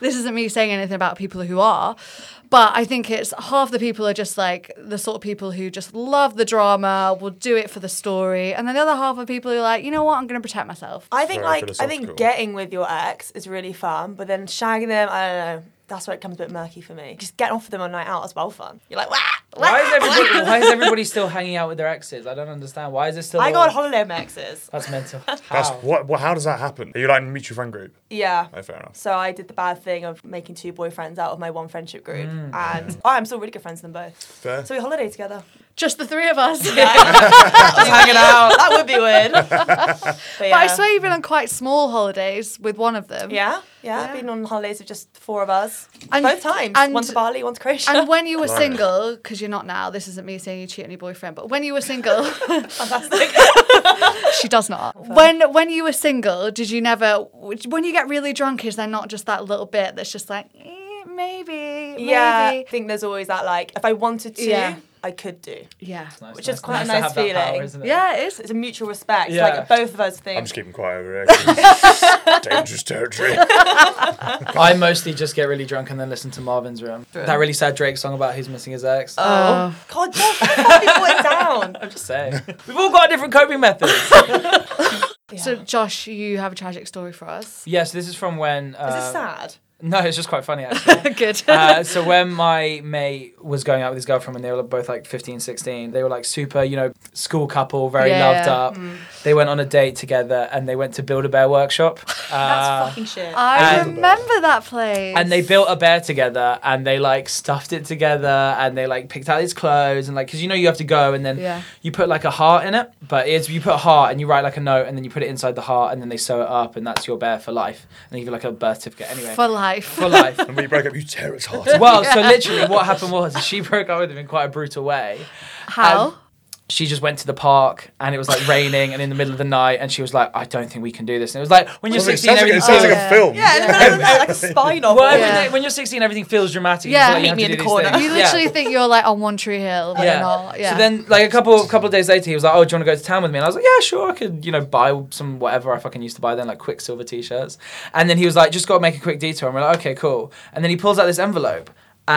S1: this isn't me saying anything about people who are. But I think it's half the people are just like the sort of people who just love the drama, will do it for the story, and then the other half of people who are like, you know what, I'm going to protect myself.
S2: I think
S4: Very
S2: like I think
S4: philosophical.
S2: getting with your ex is really fun, but then shagging them, I don't know. That's where it comes a bit murky for me. Just getting off with them on a night out is well fun. You're like, wah, wah.
S3: Why is everybody? why is everybody still hanging out with their exes? I don't understand. Why is it still?
S2: I go
S3: all-
S2: on holiday with my exes.
S3: That's mental.
S4: That's
S3: How?
S4: what, what. How does that happen? Are you like in a mutual friend group?
S2: Yeah.
S4: Oh, fair enough.
S2: So I did the bad thing of making two boyfriends out of my one friendship group,
S1: Mm.
S2: and oh, I'm still really good friends with them both.
S4: Fair.
S2: So we holiday together.
S1: Just the three of us.
S2: Just hanging out. That would be weird. But, yeah.
S1: But I swear you've been on quite small holidays with one of them.
S2: Yeah, yeah, I've been on holidays with just four of us.
S1: And-
S2: Both times.
S1: and-
S2: one to Bali, one to Croatia.
S1: And when you were
S4: Blimey.
S1: single, because you're not now, this isn't me saying you cheat on your boyfriend, but when you were single,
S2: Fantastic.
S1: she does
S3: Oh,
S1: not. When when you were single, did you never? When you get really drunk, is there not just that little bit that's just like eh, maybe,
S2: yeah. I
S1: maybe,
S2: think there's always that, like, if I wanted to,
S1: Yeah.
S2: I could do.
S1: yeah,
S3: Nice,
S2: Which
S3: nice,
S2: is quite a
S3: to
S2: nice
S3: have that power,
S2: feeling.
S3: isn't it?
S1: yeah? It is.
S2: It's a mutual respect.
S3: Yeah.
S2: Like, both of us
S4: I'm
S2: think.
S4: just keeping quiet over here. 'cause it's dangerous territory.
S3: I mostly just get really drunk and then listen to Marvin's Room. That really sad Drake song about who's missing his ex.
S2: Oh, God, don't fucking put it down.
S3: I'm just saying. We've all got different coping methods.
S1: So Josh, you have a tragic story for us.
S3: yes, this is from when. Uh,
S2: Is this sad?
S3: No, it's just quite funny actually.
S1: Good.
S3: uh, so when my mate was going out with his girlfriend when they were both like 15 16 they were like super you know school couple very
S1: Yeah,
S3: loved
S1: yeah. Mm.
S3: up they went on a date together and they went to build a bear workshop
S2: That's
S3: Uh,
S2: fucking shit.
S1: I
S3: and-
S1: remember that place.
S3: um, and they built a bear together and they like stuffed it together and they like picked out his clothes and like because you know you have to go and then
S1: Yeah.
S3: you put like a heart in it but it's you put a heart and you write like a note and then you put it inside the heart and then they sew it up and that's your bear for life and they give you like a birth certificate anyway
S1: for life.
S3: for life
S4: and when you break up, you tear its heart.
S3: well, so literally, what happened was she broke up with him in quite a brutal way.
S1: How?
S3: Um, She just went to the park and it was like raining and in the middle of the night, and she was like, "I don't think we can do this." And it was like when you're
S4: Sounds
S3: 16,
S4: like- sounds like,
S3: everything
S4: it sounds
S1: Oh,
S4: like
S1: yeah.
S4: a film.
S2: yeah, it's kind of like, like a spy novel.
S3: Well,
S1: Yeah.
S3: when you're 16, everything feels dramatic. You
S1: Yeah.
S3: feel like you
S1: Meet
S2: me
S3: have to
S2: in the
S3: do these
S2: corner.
S3: things.
S1: you
S3: Yeah.
S1: literally think you're like on One Tree Hill, but you're not. Yeah.
S3: So then, like a couple a couple of days later, he was like, "Oh, do you want to go to town with me?" And I was like, "Yeah, sure. I could, you know, buy some whatever I fucking used to buy then, like Quicksilver t-shirts." And then he was like, "Just got to make a quick detour." And we're like, "Okay, cool." And then he pulls out this envelope,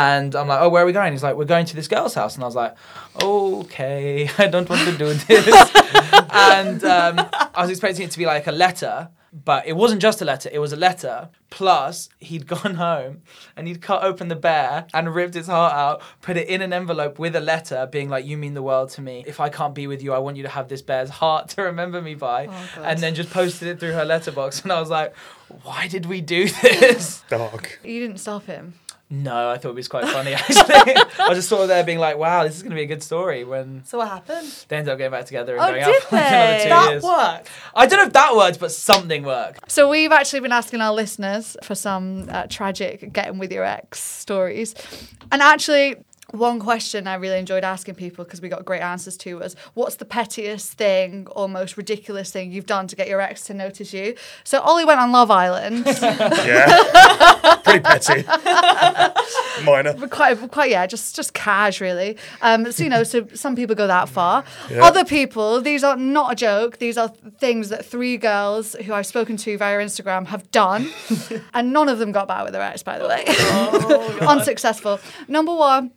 S3: and I'm like, "Oh, where are we going?" He's like, "We're going to this girl's house." And I was like, "Okay, I don't want to do this." and um, I was expecting it to be like a letter. But it wasn't just a letter, it was a letter. Plus, he'd gone home and he'd cut open the bear and ripped his heart out, put it in an envelope with a letter, being like, You mean the world to me. If I can't be with you, I want you to have this bear's heart to remember me by.
S1: Oh, God.
S3: and then just posted it through her letterbox. And I was like, Why did we do this?
S4: Dark.
S1: you didn't stop him.
S3: no, I thought it was quite funny, actually. I just saw her there being like, Wow, this is going to be a good story when
S2: So what happened?
S3: they ended up getting back together and
S1: Oh,
S3: going
S1: did
S3: out for like another
S1: they?
S3: two
S2: That
S3: years.
S2: worked.
S3: I don't know if that worked, but something worked.
S1: So we've actually been asking our listeners for some uh, tragic getting with your ex stories, and actually. One question I really enjoyed asking people because we got great answers to was what's the pettiest thing or most ridiculous thing you've done to get your ex to notice you? So Ollie went on Love Island.
S4: Yeah. Pretty petty. Minor.
S1: quite quite yeah just just cash really um so you know so some people go that far
S4: Yeah.
S1: other people these are not a joke these are things that three girls who i've spoken to via instagram have done and none of them got back with their ex by the way unsuccessful number one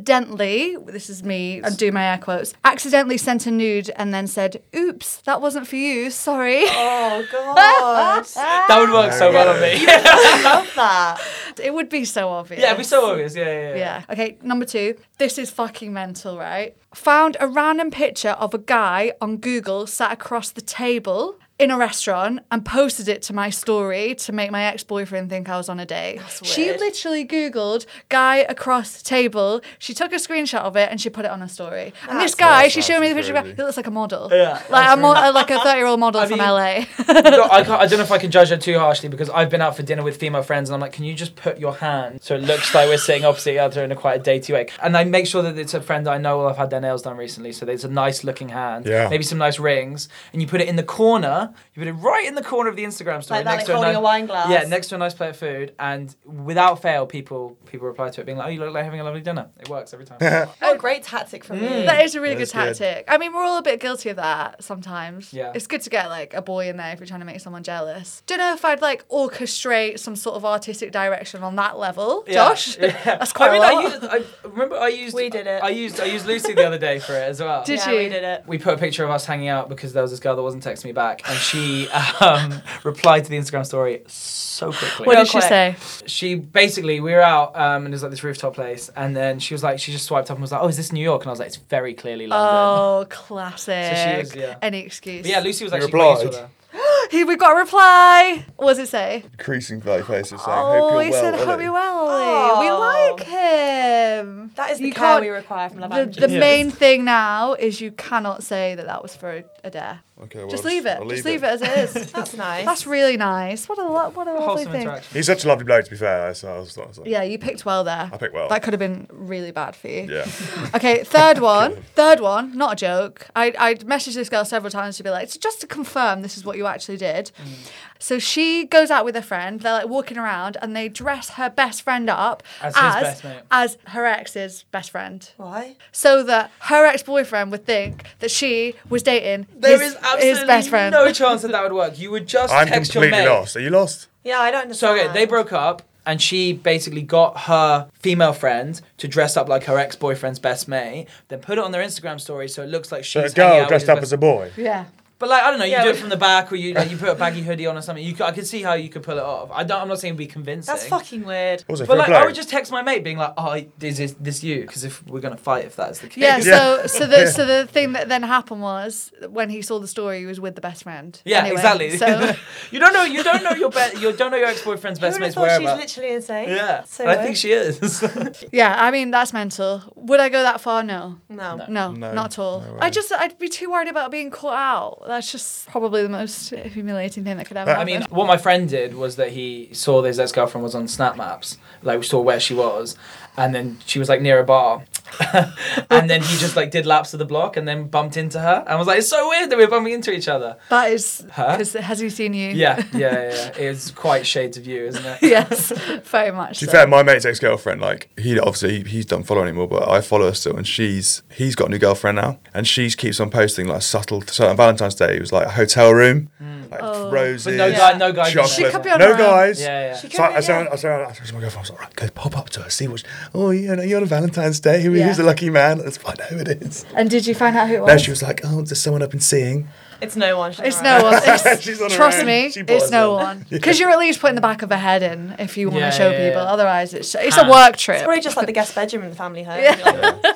S1: accidentally, this is me, and do my air quotes, accidentally sent a nude and then said, oops, that wasn't for you, sorry.
S2: Oh god,
S3: That would work so well on me.
S2: I love that.
S1: it would be so obvious.
S3: yeah, we so obvious. Yeah, yeah, yeah.
S1: Yeah. Okay, number two. This is fucking mental, right? Found a random picture of a guy on Google sat across the table in a restaurant and posted it to my story to make my ex-boyfriend think I was on a date. She
S2: weird.
S1: literally Googled guy across table. She took a screenshot of it and she put it on her story. and this guy, she
S4: that's
S1: showed me the picture. of
S4: crazy.
S1: He looks like a model.
S3: Yeah,
S1: Like a mo- uh, like a 30-year-old model
S3: I
S1: from
S3: mean-
S1: LA.
S3: No, I, can't, I don't know if I can judge her too harshly because I've been out for dinner with female friends and I'm like, can you just put your hand so it looks like we're sitting opposite each other in a quite a datey way? And I make sure that it's a friend that I know will have had their nails done recently, so there's a nice looking hand,
S4: Yeah.
S3: maybe some nice rings, and you put it in the corner, you put it right in the corner of the Instagram story
S2: Like that, like
S3: to
S2: holding
S3: ni-
S2: a wine glass.
S3: Yeah, next to a nice plate of food, and without fail, people people reply to it being like, oh, you look like having a lovely dinner. It works every time.
S2: Oh, great tactic from you.
S1: That is a really
S4: That
S1: good
S4: is good.
S1: tactic. I mean, we're all a bit guilty of that sometimes.
S3: Yeah.
S1: It's good to get like a boy in there if you're trying to make someone jealous. Don't know if I'd like orchestrate some sort of artistic direction on that level.
S3: Yeah,
S1: Josh?
S3: yeah.
S1: That's quite
S3: I mean,
S1: a
S3: I
S1: lot.
S3: used. I remember I used.
S2: We did it.
S3: I used. I used Lucy the other day for it as well.
S1: Did
S2: yeah,
S1: you?
S2: We did it.
S3: we put a picture of us hanging out because there was this girl that wasn't texting me back, and she um, replied to the Instagram story so quickly.
S1: What
S2: Real
S1: did she
S2: quick.
S1: say?
S3: She basically we were out um, and it was like this rooftop place, and then she was like, she just swiped up and was like, "Oh, is this New York?" And I was like, "It's very clearly London."
S1: Oh, classic.
S3: was- yeah.
S1: Any excuse.
S3: But yeah, Lucy was
S4: You
S3: actually quite useful
S4: replied.
S3: there.
S1: Here we've got a reply. What does it say?
S4: Creasing like faces saying,
S1: oh,
S4: hope
S1: he
S4: you're well,
S1: said, hope
S4: Ollie."
S1: you're well, Ollie.
S2: Oh.
S1: We like him.
S2: That is the
S1: You
S2: care
S1: can't-
S2: we require from Love
S1: The,
S2: Island.
S1: the
S3: Yeah.
S1: main thing now is you cannot say that that was for a, a dare.
S4: Okay, well,
S1: just
S4: I'll
S1: leave it.
S4: I'll
S1: just leave it. as it is.
S2: That's nice.
S1: That's really nice. What a lo- what a lovely
S3: Wholesome
S1: thing.
S3: interaction.
S4: He's such a lovely bloke, to be fair. I, so I was, I was like,
S1: Yeah, you picked well there.
S4: I picked well.
S1: That could have been really bad for you.
S4: yeah.
S1: Okay, third one. third one, not a joke. I I messaged this girl several times to be like, just to confirm this is what you actually did.
S3: Mm.
S1: So she goes out with a friend. They're like walking around and they dress her best friend up
S3: As his best mate.
S1: as her ex's best friend,
S2: Why?
S1: so that her ex boyfriend would think that she was dating
S3: There
S1: his,
S3: is absolutely
S1: his best friend.
S3: no chance that that would work. You would just
S4: I'm
S3: text your
S4: completely
S3: mate.
S4: lost. Are you lost?
S2: Yeah, I don't
S3: So
S2: understand.
S3: okay, they broke up, and she basically got her female friend to dress up like her ex boyfriend's best mate, then put it on their Instagram story so it looks like
S4: So
S3: she's
S4: a
S3: hanging
S4: girl
S3: out
S4: dressed
S3: with
S4: up
S3: his
S4: as
S3: best-
S4: a boy.
S1: Yeah.
S3: But like I don't know, you
S2: Yeah,
S3: do it
S2: but-
S3: from the back, or you like, you put a baggy hoodie on or something. You, c- I could see how you could pull it off. I don't. I'm not saying it'd be convincing.
S2: That's fucking weird.
S4: Also, for
S3: But
S4: a
S3: like,
S4: bloke.
S3: I would just text my mate, being like, "Oh, is this, this you?" Because if we're gonna fight, if that's the case,
S1: Yeah,
S4: Yeah.
S1: so so the so the thing that then happened was when he saw the story, he was with the best friend.
S3: Yeah,
S1: Anyway,
S3: exactly.
S1: So
S3: you don't know. You don't know your be- You don't know your ex boyfriend's
S2: Who
S3: best
S2: would have
S3: mate's
S2: thought she's
S3: whereabouts.
S2: literally insane?
S3: Yeah,
S2: So
S3: and I
S2: weird.
S3: think she is.
S1: yeah, I mean that's mental. Would I go that far? No.
S2: No.
S1: No,
S4: No,
S1: not at all.
S4: no way.
S1: I just I'd be too worried about being caught out. That's just probably the most humiliating thing that could ever
S4: I
S1: happen.
S3: I mean, what my friend did was that he saw that his ex girlfriend was on Snap Maps, like we saw where she was, and then she was like near a bar, and then he just like did laps of the block and then bumped into her and was like, "It's so weird that we're bumping into each other."
S1: that is
S3: Huh?
S1: because has he seen you?
S3: Yeah, yeah, yeah. yeah. It's quite shades of you, isn't it?
S1: yes, very much.
S4: To be
S1: so.
S4: fair, my mate's ex-girlfriend, like he obviously he, he's don't follow anymore, but I follow her still, and she's he's got a new girlfriend now, and she keeps on posting like subtle. So on Valentine's Day, it was like a hotel room, like
S1: Oh.
S4: roses,
S3: But no
S2: Yeah.
S3: guy, no guy.
S4: chocolate,
S1: She could be on
S4: no
S1: her own.
S4: guys.
S3: Yeah, yeah.
S2: She
S4: So I, I,
S2: could be,
S4: said,
S2: yeah.
S4: I, said, I said to my girlfriend, I was like, right, go pop up to her, see what. She, oh, you know, you're on Valentine's Day. Who-
S1: Yeah.
S4: Who's the lucky man? Let's find out who it is.
S1: And did you find out who it was?
S4: No, she was like, oh, there's someone I've been seeing.
S2: It's no one. she's
S1: It's
S2: all right.
S1: no one. It's,
S4: She's on her
S1: trust
S4: own.
S1: me,
S4: She bought
S1: it's no
S4: herself.
S1: one. Because you're at least putting the back of a head in if you want
S3: Yeah,
S1: to show
S3: yeah,
S1: people.
S3: yeah.
S1: Otherwise, it's it's
S3: Ah.
S1: a work trip.
S2: It's probably just like the guest bedroom in the family home.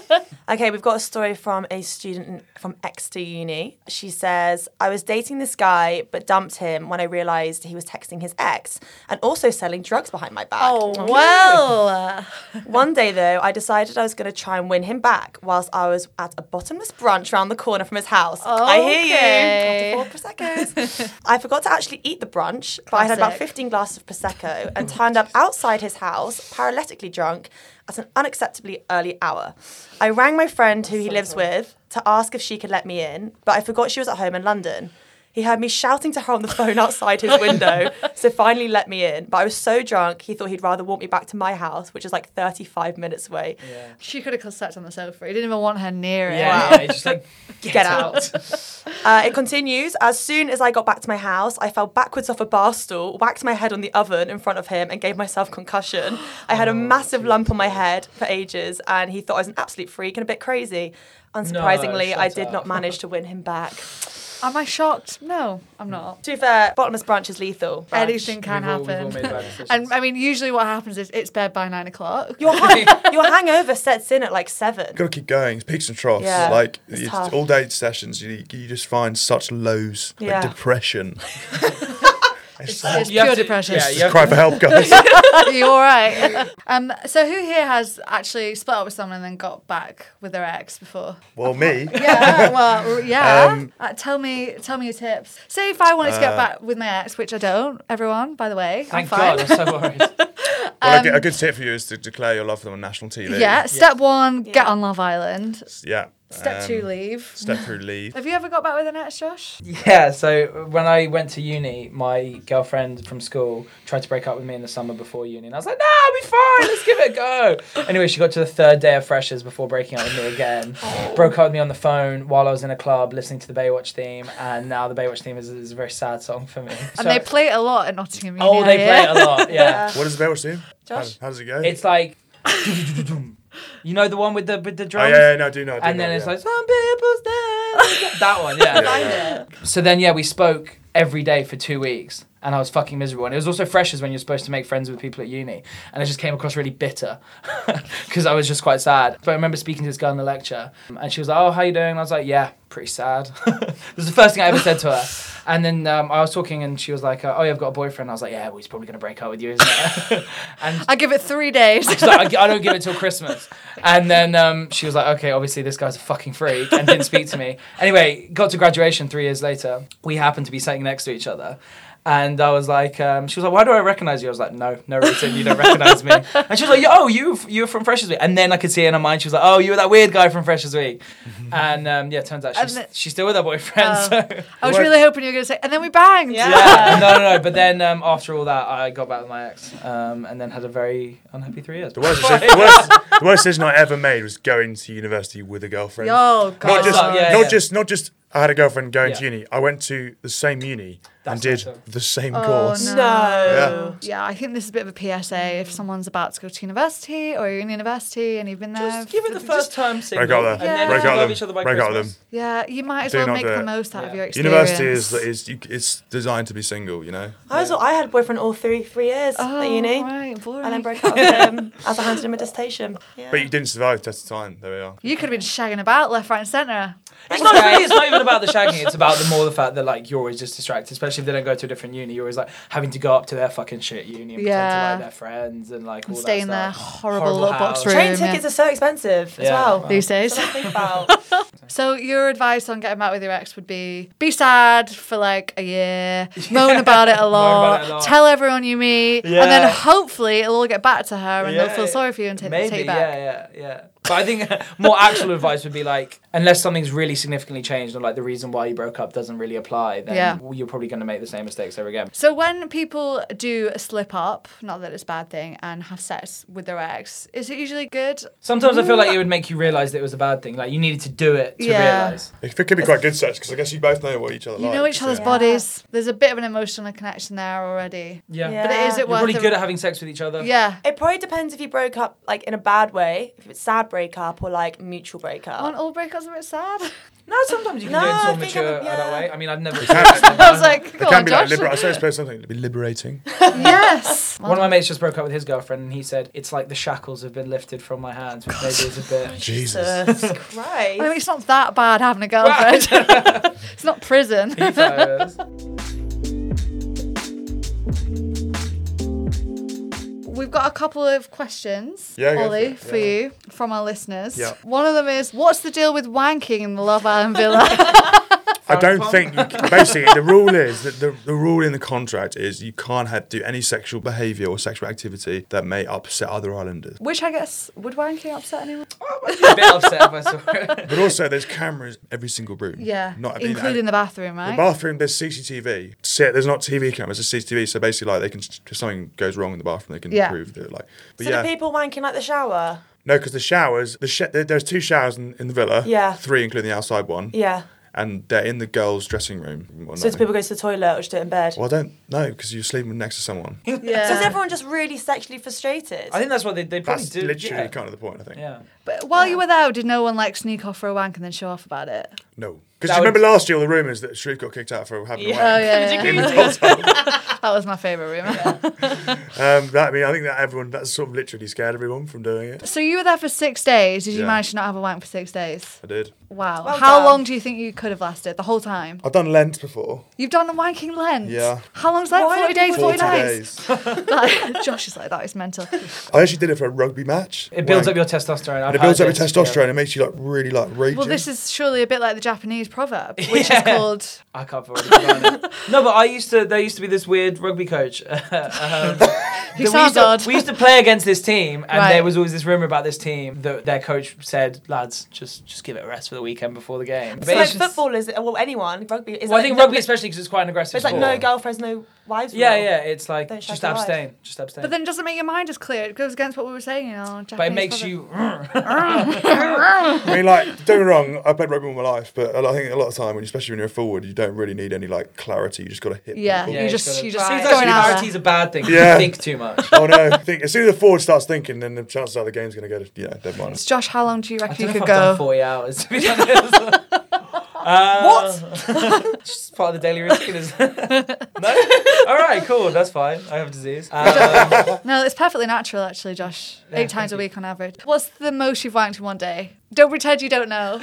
S2: okay, we've got a story from a student in- from Exeter Uni. She says, I was dating this guy, but dumped him when I realised he was texting his ex and also selling drugs behind my back. Mm.
S1: Oh well. uh,
S2: One day, though, I decided I was going to try and win him back whilst I was at a bottomless brunch round the corner from his house. I hear
S1: Okay.
S2: you. After four Prosecco's. I forgot to actually eat the brunch, but I had about
S1: Classic.
S2: 15 glasses of Prosecco and turned up outside his house, paralytically drunk, at an unacceptably early hour. I rang my friend who he lives with to ask if she could let me in, but I forgot she was at home in London. He heard me shouting to her on the phone outside his window, so finally let me in. But I was so drunk, he thought he'd rather walk me back to my house, which is like 35 minutes away.
S3: Yeah.
S1: She could have sat on the sofa. He didn't even want her near it.
S3: Yeah, yeah, just like get,
S2: Get
S3: out.
S2: out. Uh, it continues. As soon as I got back to my house, I fell backwards off a bar stool, whacked my head on the oven in front of him, and gave myself concussion. I had a massive lump on my head for ages, and he thought I was an absolute freak and a bit crazy. Unsurprisingly,
S3: shut
S2: I did
S3: up.
S2: not manage to win him back.
S1: Am I shocked? No, I'm not.
S2: To be fair, bottomless branch is lethal. Branch.
S1: Anything can
S3: We've all- we've all
S1: happen.
S3: made bad decisions.
S1: and I mean, usually what happens is it's bed by nine o'clock.
S2: Your, hang- your hangover sets in at like seven.
S4: Gotta keep going. It's peaks and troughs.
S2: Yeah.
S4: Like
S2: It's
S4: it's
S2: tough.
S4: all day sessions, you, you just find such lows, like
S2: Yeah.
S4: depression. it's
S1: It's
S4: like,
S3: You have
S1: pure
S3: to-
S1: depression.
S3: yeah, you
S4: just cry for help, guys. yeah,
S1: Are you all right? Um, so who here has actually split up with someone and then got back with their ex before?
S4: well, me.
S1: Yeah, well, yeah.
S4: Um,
S1: uh, tell me, tell me your tips. Say if I wanted to get
S4: Uh,
S1: back with my ex, which I don't. Everyone, by the way,
S3: Thank
S1: I'm fine.
S3: God, I'm so worried.
S4: Well, a good- a good tip for you is to declare your love for them on national TV.
S1: Yeah. Step one, get
S2: Yeah.
S1: on Love Island.
S4: Yeah.
S1: Step
S4: um,
S1: two, leave.
S4: Step through leave.
S1: Have you ever got back with an ex, Josh?
S3: Yeah, so uh, when I went to uni, my girlfriend from school tried to break up with me in the summer before uni, and I was like, "No, I'll be fine. Let's give it a go." Anyway, she got to the third day of freshers before breaking up with me again.
S1: Oh.
S3: Broke up with me on the phone while I was in a club listening to the Baywatch theme, and now the Baywatch theme is, is a very sad song for me.
S1: And
S3: So-
S1: they play it a lot at Nottingham Uni.
S3: oh,
S1: I
S3: they play it
S1: hear.
S3: a lot. Yeah,
S4: What does the Baywatch do?
S2: Josh?
S4: How, how does it go?
S3: it's like, you know, the one with the with the
S4: oh,
S3: drums.
S4: yeah, yeah, no, I do know. I do
S3: And
S4: know,
S3: then it's
S4: yeah.
S3: like some people's dance. that one, yeah.
S4: Yeah, yeah.
S3: So then, yeah, we spoke every day for two weeks, and I was fucking miserable. And it was also freshers when you're supposed to make friends with people at uni, and I just came across really bitter because I was just quite sad. But I remember speaking to this girl in the lecture, and she was like, "Oh, how you doing?" And I was like, "Yeah, pretty sad." it was the first thing I ever said to her. And then um, I was talking, and she was like, uh, "Oh, yeah, I've got a boyfriend." I was like, "Yeah, well, he's probably gonna break up with you, isn't it?" and
S1: I give it three days.
S3: She's like, I, I don't give it till Christmas. And then um, she was like, okay, obviously this guy's a fucking freak and didn't speak to me. Anyway, got to graduation three years later. We happened to be sitting next to each other. And I was like, um, she was like, why do I recognize you? I was like, no, no reason, you don't recognize me. And she was like, oh, you, you were from Freshers Week. And then I could see in her mind, she was like, oh, you were that weird guy from Freshers Week. And um, yeah, turns out
S1: And
S3: she's,
S1: the-
S3: she's still with her boyfriend.
S1: Oh.
S3: so.
S1: I was really hoping you were going to say, and then we banged.
S2: Yeah.
S3: Yeah, no, no, no. But then um, after all that, I got back with my ex um, and then had a very unhappy three years.
S4: The worst, decision, the, worst, the worst decision I ever made was going to university with a girlfriend.
S1: Oh, God.
S4: not just,
S3: Oh, yeah,
S4: not
S3: yeah.
S4: just, not just. I had a girlfriend going to
S3: Yeah.
S4: uni. I went to the same uni
S3: That's
S4: and did
S3: awesome.
S4: the same
S1: Oh,
S4: course.
S1: No.
S2: No.
S1: Yeah, I think this is a bit of a PSA. If someone's about to go to university or you're in university and you've been there,
S3: Just give it the
S1: for-
S3: first time signal.
S4: Break out
S1: Yeah.
S4: them. Break
S1: we'll
S3: love
S4: out
S3: each other
S4: them.
S3: by
S4: Break out them.
S3: Christmas.
S1: Yeah, you might as
S4: Do
S1: well
S4: not
S1: make
S4: do
S1: the
S4: it.
S1: most out of
S3: Yeah.
S1: your experience.
S4: University is, is you- it's designed to be single. You know.
S2: I was I had a boyfriend all three three years
S1: oh,
S2: at uni.
S1: Right, boring.
S2: And then broke up with him as I handed him a dissertation. Yeah.
S4: But you didn't survive the test of time. There we are.
S1: You could have been shagging about left, right, and centre.
S3: It's not, really, it's not even about the shagging. It's about the more the fact that like you're always just distracted, especially if they don't go to a different uni. You're always like having to go up to their fucking shit uni and
S1: Yeah.
S3: pretend to like their friends and like all
S1: And stay in their
S3: that stuff.
S1: horrible,
S3: Horrible
S1: little box
S3: house.
S1: room.
S2: Train
S1: yeah.
S2: tickets are so expensive as
S3: Yeah.
S2: well.
S1: these days.
S2: Something to think about.
S1: So your advice on getting back with your ex would be be sad for like a year, moan about it a lot,
S3: about it a lot.
S1: tell everyone you meet, and then
S3: Yeah.
S1: hopefully it'll all get back to her and they'll
S3: Yeah.
S1: feel sorry for you and take,
S3: Maybe,
S1: take you back.
S3: yeah, yeah, yeah. But I think more actual advice would be like, unless something's really significantly changed or like the reason why you broke up doesn't really apply, then
S1: Yeah.
S3: you're probably going to make the same mistakes over again.
S1: So when people do slip up, not that it's a bad thing, and have sex with their ex, is it usually good?
S3: Sometimes I feel like it would make you realize that it was a bad thing. Like you needed to do it to
S1: Yeah.
S3: realize.
S4: It could be quite good sex because I guess you both know what each other
S1: You
S4: like.
S1: know each
S4: so-
S1: other's
S2: Yeah.
S1: bodies. There's a bit of an emotional connection there already.
S3: Yeah.
S1: But it is
S2: Yeah.
S1: it
S3: You're
S1: worth
S3: probably
S1: the-
S3: good at having sex with each other.
S1: Yeah.
S2: It probably depends if you broke up like in a bad way, if it's sad breakup or like mutual breakup.
S1: Aren't all breakups a bit sad?
S3: No, sometimes you can
S2: No,
S3: do it in
S2: I
S3: sort of
S2: think
S3: mature
S2: I'm- yeah.
S3: adult way. I mean, I've never.
S1: I was like,
S4: It
S1: go
S4: can
S1: on,
S4: be like
S1: Josh.
S4: liberating. I say- I suppose something to be liberating.
S1: yes.
S3: One of my mates just broke up with his girlfriend, and he said it's like the shackles have been lifted from my hands, which maybe is a bit.
S1: uh,
S4: Jesus.
S2: Jesus
S1: I mean,
S2: Christ.
S1: it's not that bad having a girlfriend. it's not prison.
S3: He fires.
S1: We've got a couple of questions,
S4: Yeah, go for
S1: Ollie,
S4: it,
S1: for
S4: yeah.
S1: you from our listeners.
S4: Yeah.
S1: One of them is, what's the deal with wanking in the Love Island villa?
S4: I don't
S3: Fun.
S4: think. You, c- basically, the rule is that the, the rule in the contract is you can't have do any sexual behaviour or sexual activity that may upset other islanders.
S1: Which I guess would wanking upset anyone?
S3: a bit upset if I saw it.
S4: But also, there's cameras every single room.
S1: Yeah,
S4: not I mean,
S1: including the bathroom,
S4: The
S1: right?
S4: bathroom, there's CCTV. See, there's not TV cameras, there's CCTV. So basically, like, they can if something goes wrong in the bathroom, they can
S1: Yeah.
S4: prove that. Like, but
S2: So
S4: yeah,
S2: do people wanking like the shower?
S4: no, because the showers, the sh- there- there's two showers in, in the villa.
S2: Yeah.
S4: three including the outside one.
S2: Yeah.
S4: and they're in the girls' dressing room. Well,
S2: So
S4: no.
S2: do people go to the toilet or just do it in bed?
S4: Well, I don't know because you're sleeping next to someone.
S1: yeah.
S2: So is everyone just really sexually frustrated?
S3: I think that's what they, they probably
S4: That's
S3: do.
S4: literally
S3: yeah.
S4: kind of the point, I think.
S3: yeah.
S1: But while you were there, did no one like sneak off for a wank and then show off about it?
S4: No, because
S3: That
S4: you remember
S3: would-
S4: last year all the rumours that Sharif got kicked out for having
S2: Yeah.
S1: Oh
S4: a wank.
S1: yeah, yeah,
S4: in
S1: yeah.
S4: the hotel.
S1: that was my favorite rumor.
S4: um, that, I mean, I think that everyone that's sort of literally scared everyone from doing it.
S1: So you were there for six days. Did you
S4: Yeah.
S1: manage to not have a wank for six days?
S4: I did.
S1: Wow.
S2: Well
S1: How
S2: done.
S1: long do you think you could have lasted? The whole time?
S4: I've done Lent before.
S1: You've done a wanking Lent.
S4: Yeah.
S1: How long's that?
S2: Why
S1: Forty
S2: do
S1: days,
S2: people
S1: forty
S2: do that?
S1: nights. That- Josh is like that is mental.
S4: I actually did it for a rugby match.
S3: It builds up
S4: Wank.
S3: your testosterone. I've
S4: And it builds up
S3: heard
S4: your
S3: this,
S4: testosterone.
S3: yeah.
S4: It makes you like really like raging.
S1: Well, this is surely a bit like the Japanese proverb, which is called
S3: I can't afford it. No, but I used to. There used to be this weird rugby coach. um, that we,
S1: sounds
S3: used to,
S1: odd.
S3: we used to play against this team, and
S1: Right.
S3: there was always this rumor about this team that their coach said, "Lads, just just give it a rest for the weekend before the game." But
S2: so like
S3: it's just-
S2: football is well anyone rugby is
S3: well, I
S2: like
S3: think
S2: no-
S3: rugby, especially, because it's quite an aggressive.
S2: It's like no
S3: sport.
S2: girlfriends, no wives.
S3: Yeah,
S2: rule.
S3: yeah. It's like
S2: Don't
S3: just
S2: shag your wife.
S3: abstain, just abstain.
S1: But then it doesn't make your mind as clear. It goes against what we were saying, you know. Japanese
S3: but it makes
S1: proverb.
S3: you.
S4: I mean, like, don't get me wrong, I played ruggy all my life, but a lot- I think a lot of time, when, you- especially when you're a forward, you don't really need any like clarity. You just got to hit.
S1: Yeah,
S4: people.
S1: you just you just
S2: Right.
S3: Seems
S2: It's
S1: going
S3: actually
S1: out.
S3: clarity
S1: there.
S3: is a bad thing.
S4: Yeah.
S3: You think too much.
S4: oh no! I Think as soon as the forward starts thinking, then the chances are the game's going to go to yeah, dead minus.
S1: So Josh, how long do you reckon
S3: I don't
S1: you
S3: know if
S1: could
S3: I've done
S1: go?
S3: forty hours. To be honest. what? just part of the daily routine. Is no. All right, cool. That's fine. I have disease. Um,
S1: No, it's perfectly natural actually, Josh.
S3: Yeah,
S1: Eight times
S3: thank
S1: a
S3: you.
S1: week on average. What's the most you've wanked in one day? Don't pretend you don't know.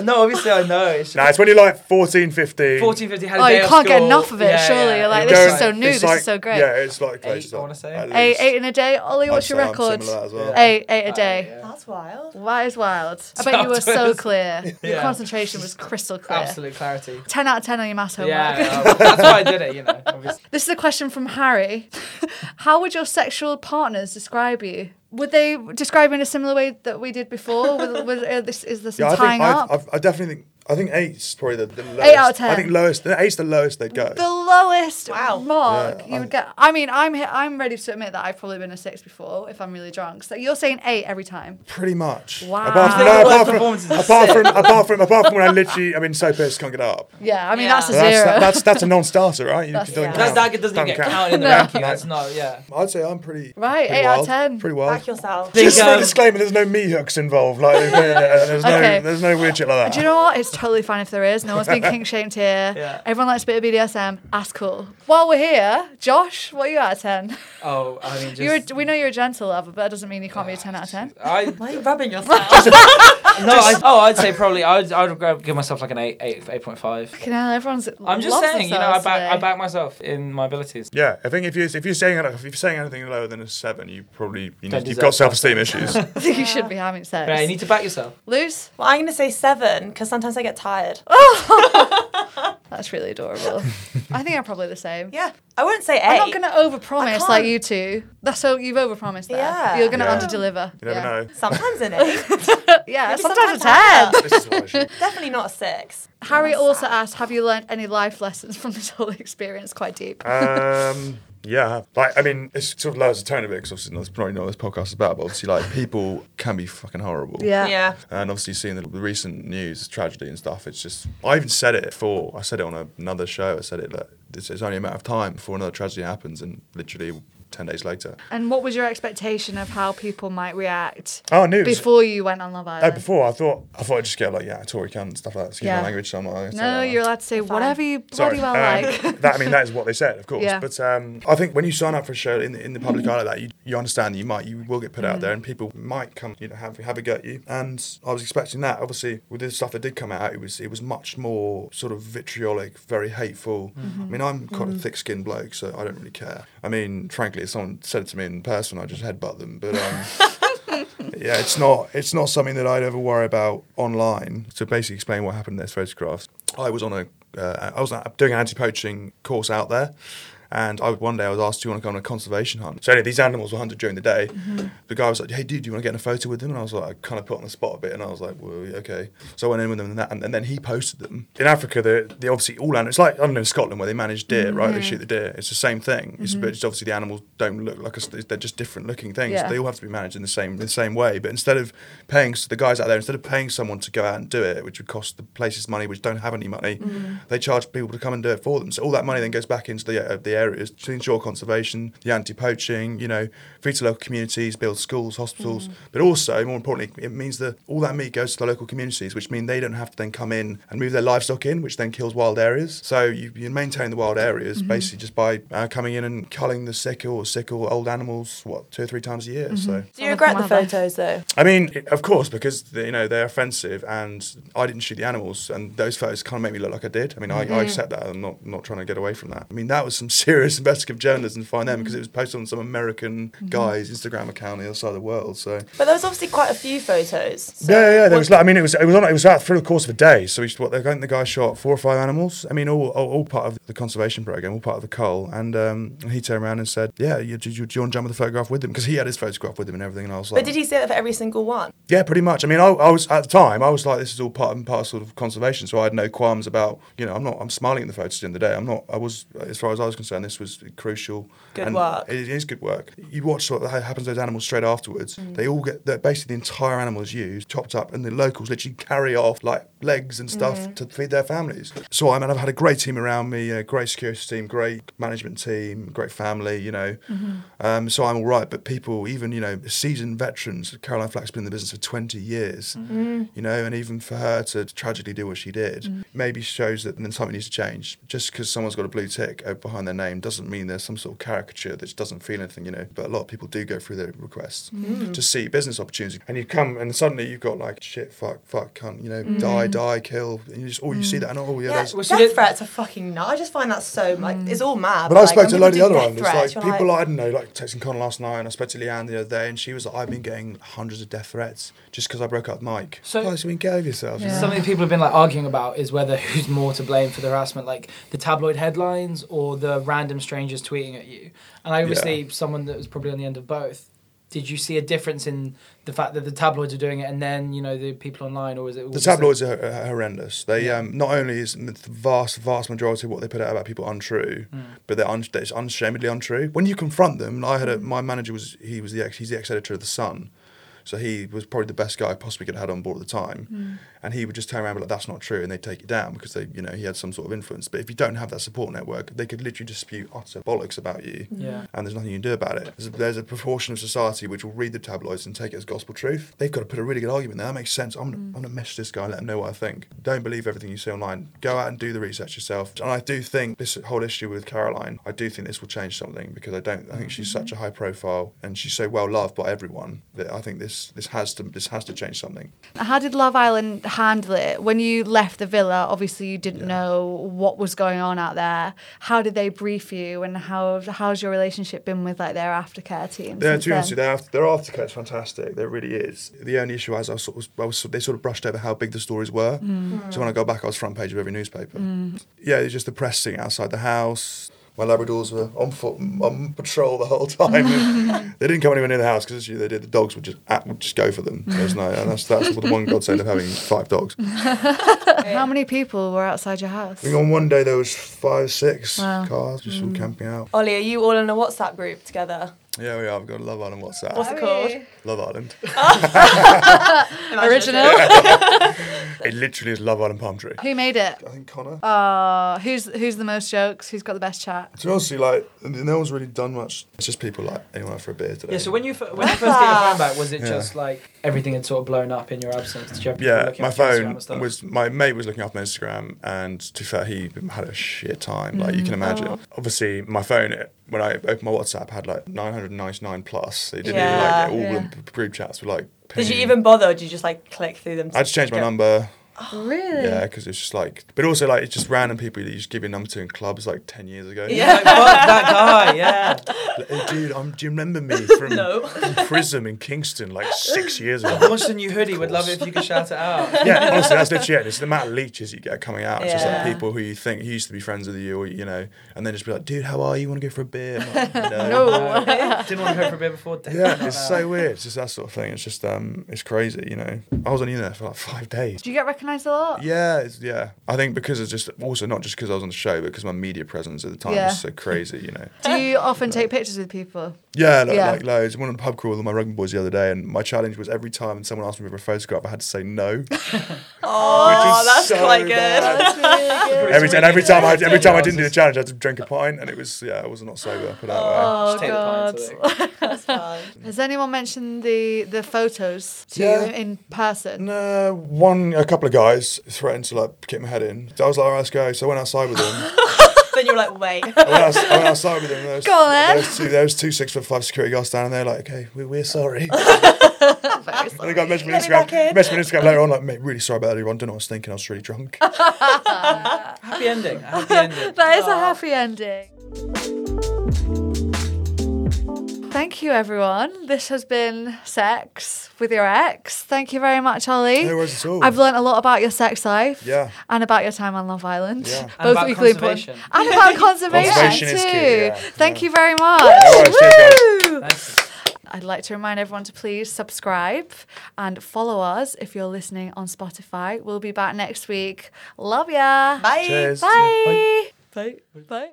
S3: no, obviously I know. It's
S4: Nah, it's when you're like 14, 15.
S3: 14, 15, had a
S1: Oh,
S3: day
S1: you
S3: off
S1: can't get
S3: school.
S1: enough of it, surely. You're like,
S4: You
S1: this
S3: It was
S1: is
S4: don't-
S1: so new,
S4: it's
S1: this is
S4: like-
S1: so great.
S4: Yeah, it's like
S3: Eight,
S4: it's
S3: I
S4: like,
S3: wanna say.
S4: at
S1: Eight,
S4: least-
S1: eight in a day. Ollie,
S4: I'd
S1: what's your
S4: say I'm
S1: record?
S4: similar as well.
S3: Yeah.
S1: Eight, eight a day.
S3: Uh,
S1: Oh,
S3: yeah.
S2: That's wild.
S1: That is wild. I bet you were so clear. Your
S3: Yeah.
S1: concentration was crystal clear.
S3: Absolute clarity.
S1: 10 out of 10 on your maths homework.
S3: Yeah, no, that's why I did it. You know, obviously.
S1: This is a question from Harry. How would your sexual partners describe you? Would they describe you in a similar way that we did before? With, with, uh, this, is this
S4: Yeah, I
S1: tying
S4: think
S1: up?
S4: I've, I've, I definitely think I think eight's probably the, the lowest.
S1: out of
S4: I
S1: 10.
S4: think lowest. Eight's the lowest they'd go.
S1: the lowest
S2: Wow.
S1: mark
S4: Yeah,
S1: you
S4: I'm-
S1: would get. I mean, I'm he- I'm ready to admit that I've probably been a six before if I'm really drunk. So you're saying eight every time.
S4: Pretty much.
S1: Wow.
S4: Apart from,
S1: You
S4: no,
S3: think the
S4: apart
S3: worst
S4: from,
S3: performance is a
S4: apart from, apart from, apart from when I literally, I mean, so pissed, can't get up.
S1: Yeah, I mean
S2: Yeah.
S1: that's a
S4: But that's,
S1: zero.
S4: that, that's that's a non-starter, right? You
S1: That's-
S4: don't
S1: yeah.
S3: That's,
S4: count.
S3: that doesn't
S4: Don't
S3: even get
S4: count.
S3: counted in the
S1: No.
S3: ranking. That's not. Yeah.
S4: I'd say I'm pretty
S1: Right,
S4: pretty
S1: eight out of
S4: wild,
S1: 10.
S4: Pretty
S2: Back
S4: wild.
S2: yourself.
S4: Just for
S3: Think,
S4: a
S3: um,
S4: disclaimer, there's no me hooks involved. Like there's no, there's no,
S1: Okay.
S4: there's no weird shit like that.
S1: Do you know what? It's totally fine if there is. No one's being kink shamed here.
S3: Yeah.
S1: Everyone likes a bit of BDSM. That's cool. While we're here, Josh, what are you out of 10?
S3: Oh, I mean, just.
S1: You're a, we know you're a gentle lover, but that doesn't mean you can't be a 10 out of 10.
S3: I
S2: Why are you rubbing yourself?
S3: no. I, oh, I'd say probably. I'd I'd go- give myself like an eight, eight, eight point five.
S1: Fucking hell, everyone's.
S3: I'm just
S1: loves
S3: saying, you know, I
S1: themselves
S3: back, I
S1: today.
S3: back myself in my abilities.
S4: Yeah, I think if you if you're saying if you're saying anything lower than a seven, you probably you
S3: Don't
S4: need, you've
S3: deserve
S4: got self-esteem issues.
S1: I think you should be having sex.
S3: Yeah, you need to back yourself.
S1: Loose?
S2: well, I'm gonna say seven because sometimes I get tired.
S1: Oh! That's really adorable. I think I'm probably the same.
S2: Yeah, I wouldn't say 8
S1: I'm not going to
S2: I
S1: overpromise
S2: can't.
S1: like you two. That's so you've overpromised there.
S2: Yeah.
S1: You're going to
S4: Yeah.
S1: underdeliver.
S4: You never
S1: yeah.
S4: know.
S2: Sometimes an eight.
S1: Yeah,
S2: Maybe
S1: sometimes a
S2: sometimes I
S1: 10.
S2: have.
S4: This is what I should-
S2: Definitely not a six.
S1: Harry also asked, have you learned any life lessons from this whole experience? Quite deep.
S4: um, yeah, like I mean, it sort of lowers the tone a bit because obviously that's probably not what this podcast is about. But obviously, like people can be fucking horrible.
S1: Yeah.
S2: Yeah.
S4: And obviously, seeing the, the recent news, tragedy and stuff, it's just. I even said it before. I said it on a, another show. I said it like it's, it's only a matter of time before another tragedy happens, and literally ten days later.
S1: And what was your expectation of how people might react
S4: Oh, news.
S1: before you went on Love
S4: No,
S1: Island?
S4: Uh, before I thought I thought I'd just get like yeah, Tory cunt and stuff like that. Excuse
S1: Yeah.
S4: my language. So I'm not gonna say
S1: no,
S4: that
S1: you're
S4: one.
S1: allowed to say whatever you
S4: Sorry.
S1: bloody well like.
S4: Um, that I mean that is what they said, of course.
S1: Yeah.
S4: But um, I think when you sign up for a show in the, in the public eye like that, you, you understand that you might you will get put
S1: Mm.
S4: out there and people might come you know have have a go at you. And I was expecting that. Obviously with the stuff that did come out, it was it was much more sort of vitriolic, very hateful.
S1: Mm-hmm.
S4: I mean I'm quite a thick skinned bloke, so I don't really care. I mean frankly, if someone said it to me in person, I just headbutt them. But um, yeah, it's not it's not something that I'd ever worry about online. To basically explain what happened in those photographs, I was on a, uh, I was doing an anti-poaching course out there, and I one day I was asked, "Do you want to go on a conservation hunt?" So anyway, these animals were hunted during the day. The guy was like, "Hey, dude, do you want to get in a photo with them?" And I was like, I kind of put on the spot a bit, and I was like, "Well, yeah, okay." So I went in with them, and, that, and, and then he posted them. In Africa, the the obviously all animals. It's like I don't know Scotland where they manage deer, right? They shoot the deer. It's the same thing. It's, but it's obviously the animals don't look like us. They're just different looking things.
S1: Yeah.
S4: They all have to be managed in the same the same way. But instead of paying so the guys out there, instead of paying someone to go out and do it, which would cost the places money, which don't have any money, they charge people to come and do it for them. So all that money then goes back into the uh, the areas to ensure conservation, the anti-poaching, you know, feed to local communities, build schools, hospitals. But also, more importantly, it means that all that meat goes to the local communities, which mean they don't have to then come in and move their livestock in, which then kills wild areas. So you, you maintain the wild areas basically just by uh, coming in and culling the sick or sick or old animals, what, two or three times a year. So
S2: Do you regret the
S1: Someone come
S2: photos though?
S4: I mean, it- of course, because the- you know they're offensive, and I didn't shoot the animals, and those photos kind of make me look like I did. I mean, I, I accept that. I'm not not trying to get away from that. I mean, that was some serious investigative journalism to find them because it was posted on some American guy's Instagram account on the other side of the world. So
S2: But there was obviously quite a few photos. so-
S4: yeah, yeah, yeah. There was
S2: What-
S4: like, I mean, it was it was on it was out through the course of a day. So we what they think the guy shot four or five animals. I mean, all all, all part of the conservation program, all part of the cull. And um, he turned around and said, "Yeah, you, do, you, do you want to jump with the photograph with him?" Because he had his photograph with him and everything. And I was like,
S2: but did he say that for every single one?
S4: yeah, pretty much. I mean, I, I was at the time, I was like, this is all part and parcel of conservation, so I had no qualms about, you know, I'm not, I'm smiling at the photos at the end of the day. I'm not, I was, as far as I was concerned, this was crucial.
S2: Good
S4: and
S2: work.
S4: It is good work. You watch what ha- happens to those animals straight afterwards. They all get, they're basically the entire animal is used, chopped up, and the locals literally carry off like legs and stuff to feed their families. So I mean, I've had a great team around me, a great security team, great management team, great family, you know. Um, so I'm all right, but people, even you know, seasoned veterans, Caroline Flack's been in the business for 20 years,
S2: Mm-hmm.
S4: you know, and even for her to tragically do what she did, maybe shows that then something needs to change. Just because someone's got a blue tick uh, behind their name doesn't mean there's some sort of caricature that doesn't feel anything, you know. But a lot of people do go through their requests
S2: Mm-hmm.
S4: to see business opportunity, and you come and suddenly you've got like shit, fuck, fuck, cunt, you know, die, die, kill, and you just oh, you see that, and oh yeah,
S2: Mm-hmm. Yeah,
S4: there's
S2: death
S3: Well, so did-
S2: threats are fucking nut. I just find that so like it's all mad.
S4: But I
S2: like,
S4: spoke
S2: when
S4: to a load of the
S2: people
S4: other
S2: do
S4: ones.
S2: death
S4: Like
S2: threats, you're
S4: people, like, I don't know, like texting Connor last night, and I spoke to Leanne the other day, and she was like, "I've been getting hundreds of death threats just because I broke up with Mike."
S3: So-
S4: So, Guys, I mean, get over yourselves.
S1: Yeah.
S3: Something people have been like arguing about is whether who's more to blame for the harassment, like the tabloid headlines or the random strangers tweeting at you. And I obviously, someone that was probably on the end of both. Did you see a difference in the fact that the tabloids are doing it and then you know the people online, or was it all
S4: The
S3: just the-
S4: tabloids are are horrendous. They um, not only is the vast, vast majority of what they put out about people untrue,
S3: Hmm.
S4: but they're un- it's unashamedly untrue. When you confront them, I
S3: Hmm.
S4: had a, my manager was he was the ex he's the ex editor of the Sun, so he was probably the best guy I possibly could have had on board at the time,
S3: Hmm.
S4: and he would just turn around and be like that's not true, and they would take it down because they you know he had some sort of influence. But if you don't have that support network, they could literally just spew utter bollocks about you
S3: Yeah.
S4: and there's nothing you can do about it. There's a, there's a proportion of society which will read the tabloids and take it as gospel truth. They've got to put a really good argument there. That makes sense. I'm gonna, I'm gonna message this guy and let him know what I think. Don't believe everything you see online. Go out and do the research yourself. And I do think this whole issue with Caroline, I do think this will change something because I don't. I think she's such a high profile and she's so well loved by everyone that I think this this has to this has to change something.
S1: How did Love Island handle it? When you left the villa, obviously you didn't know what was going on out there. How did they brief you, and how how's your relationship been with like their aftercare team?
S4: Yeah,
S1: since
S4: to be honest,
S1: then?
S4: with you, their after, their aftercare's fantastic. There really is. The only issue is I was sort of, I was, they sort of brushed over how big the stories were.
S1: Mm.
S4: So when I go back, I was front page of every newspaper. Yeah, it's just the press sitting outside the house. My Labradors were on foot, on patrol the whole time. they didn't come anywhere near the house because they did. The dogs would just at, would just go for them. There's no, and that's that's the one godsend of having five dogs. I
S1: How many people were outside your house?
S4: think on one day there was five, six
S1: Wow. Mm.
S4: cars just all camping out.
S2: Ollie, are you all in a WhatsApp group together?
S4: Yeah, we are. We've got Love Island WhatsApp.
S2: What's it called?
S4: Love Island.
S2: Imagine
S1: Original.
S4: it literally is Love Island palm tree.
S1: Who made it?
S4: I think Connor.
S1: Uh, who's who's the most jokes? Who's got the best chat?
S4: To be honest, with you, like no one's really done much. It's just people like anyone out for a beer today.
S3: Yeah, so when you f- when you first get your phone back, was it just like everything had sort of blown up in your absence? Did you have people
S4: yeah,
S3: looking
S4: my
S3: up your Instagram
S4: phone
S3: and stuff?
S4: was my mate was looking up on Instagram, and to be fair, he had a shit time. Like you
S3: Mm.
S4: can imagine.
S3: Oh.
S4: Obviously, my phone it- when I opened my WhatsApp had like 999 plus. It didn't
S2: Yeah,
S4: even like all
S1: yeah.
S4: the group chats were like.
S2: Did you
S4: pinging.
S2: even bother? Or did you just like click through them?
S4: I just changed my
S2: Go-
S4: number.
S1: Really?
S4: Yeah, because it's just like, but also like it's just random people that you just give your number to in clubs like ten years ago.
S3: Yeah, like, fuck that guy. Yeah.
S4: Like, "Oh, dude, I'm, do you remember me from, from Prism in Kingston like six years
S3: I
S4: ago?
S3: launched a new hoodie. Would love it if you could shout it out.
S4: yeah, honestly, that's literally it. It's the amount of leeches you get coming out. It's just like
S2: Yeah.
S4: people who you think who used to be friends with you, or you know, and then just be like, dude, how are you? Want to go for a beer? I'm like,
S1: No.
S3: No, didn't want to go for a beer before. definitely
S4: Yeah,
S3: not
S4: it's
S3: now.
S4: so weird. It's just that sort of thing. It's just um, it's crazy, you know. I was only in there for like five days.
S1: Do you get recognised a lot?
S4: Yeah, it's, yeah. I think because it's just also not just because I was on the show, but because my media presence at the time
S1: Yeah.
S4: was so crazy, you know.
S1: Do you often take pictures with people?
S4: Yeah, like,
S1: Yeah.
S4: like loads. I went on a pub crawl with my rugby boys the other day, and my challenge was every time someone asked me for a photograph, I had to say no.
S2: Oh, that's
S4: so
S2: quite good.
S4: bad.
S3: It's
S4: Every, and
S3: really
S4: every time I
S3: good.
S4: every time I didn't do
S3: Yeah,
S4: the challenge, I had to drink a pint, and it was yeah, I was not sober. Put that way.
S1: Oh
S3: just take the pint,
S1: god.
S3: so-
S1: Has anyone mentioned the the photos to
S4: Yeah.
S1: you in person?
S4: No, uh, one a couple of guys threatened to like kick my head in. So I was like, all right, let's go. So I went outside with them.
S2: then you're like, wait.
S4: I went, outs- I went outside with them. There was,
S1: Go on, then.
S4: there was two, there was two six foot five security guards standing there, like, okay, we, we're sorry.
S1: Very
S4: And
S1: sorry.
S4: the guy messaged me on
S2: Let me back
S4: Instagram.
S2: in.
S4: Messaged me on Instagram later on, like, mate, really sorry about earlier on. Don't know what I was thinking. I was really drunk.
S3: Happy ending. a Happy ending.
S1: That is a happy ending. Thank you, everyone. This has been Sex with Your Ex. Thank you very much, Ollie.
S4: No worries at all.
S1: I've learned a lot about your sex life.
S4: Yeah.
S1: And about your time on Love Island.
S4: Yeah. And
S3: about conservation.
S1: And about conservation,
S4: Conservation
S1: too.
S4: is key, yeah.
S1: Thank
S4: Yeah.
S1: you very much.
S4: worries. Cheers,
S1: Woo!
S3: Nice.
S1: I'd like to remind everyone to please subscribe and follow us if you're listening on Spotify. We'll be back next week. Love ya.
S2: Bye.
S4: Cheers.
S1: Bye. Bye. Bye.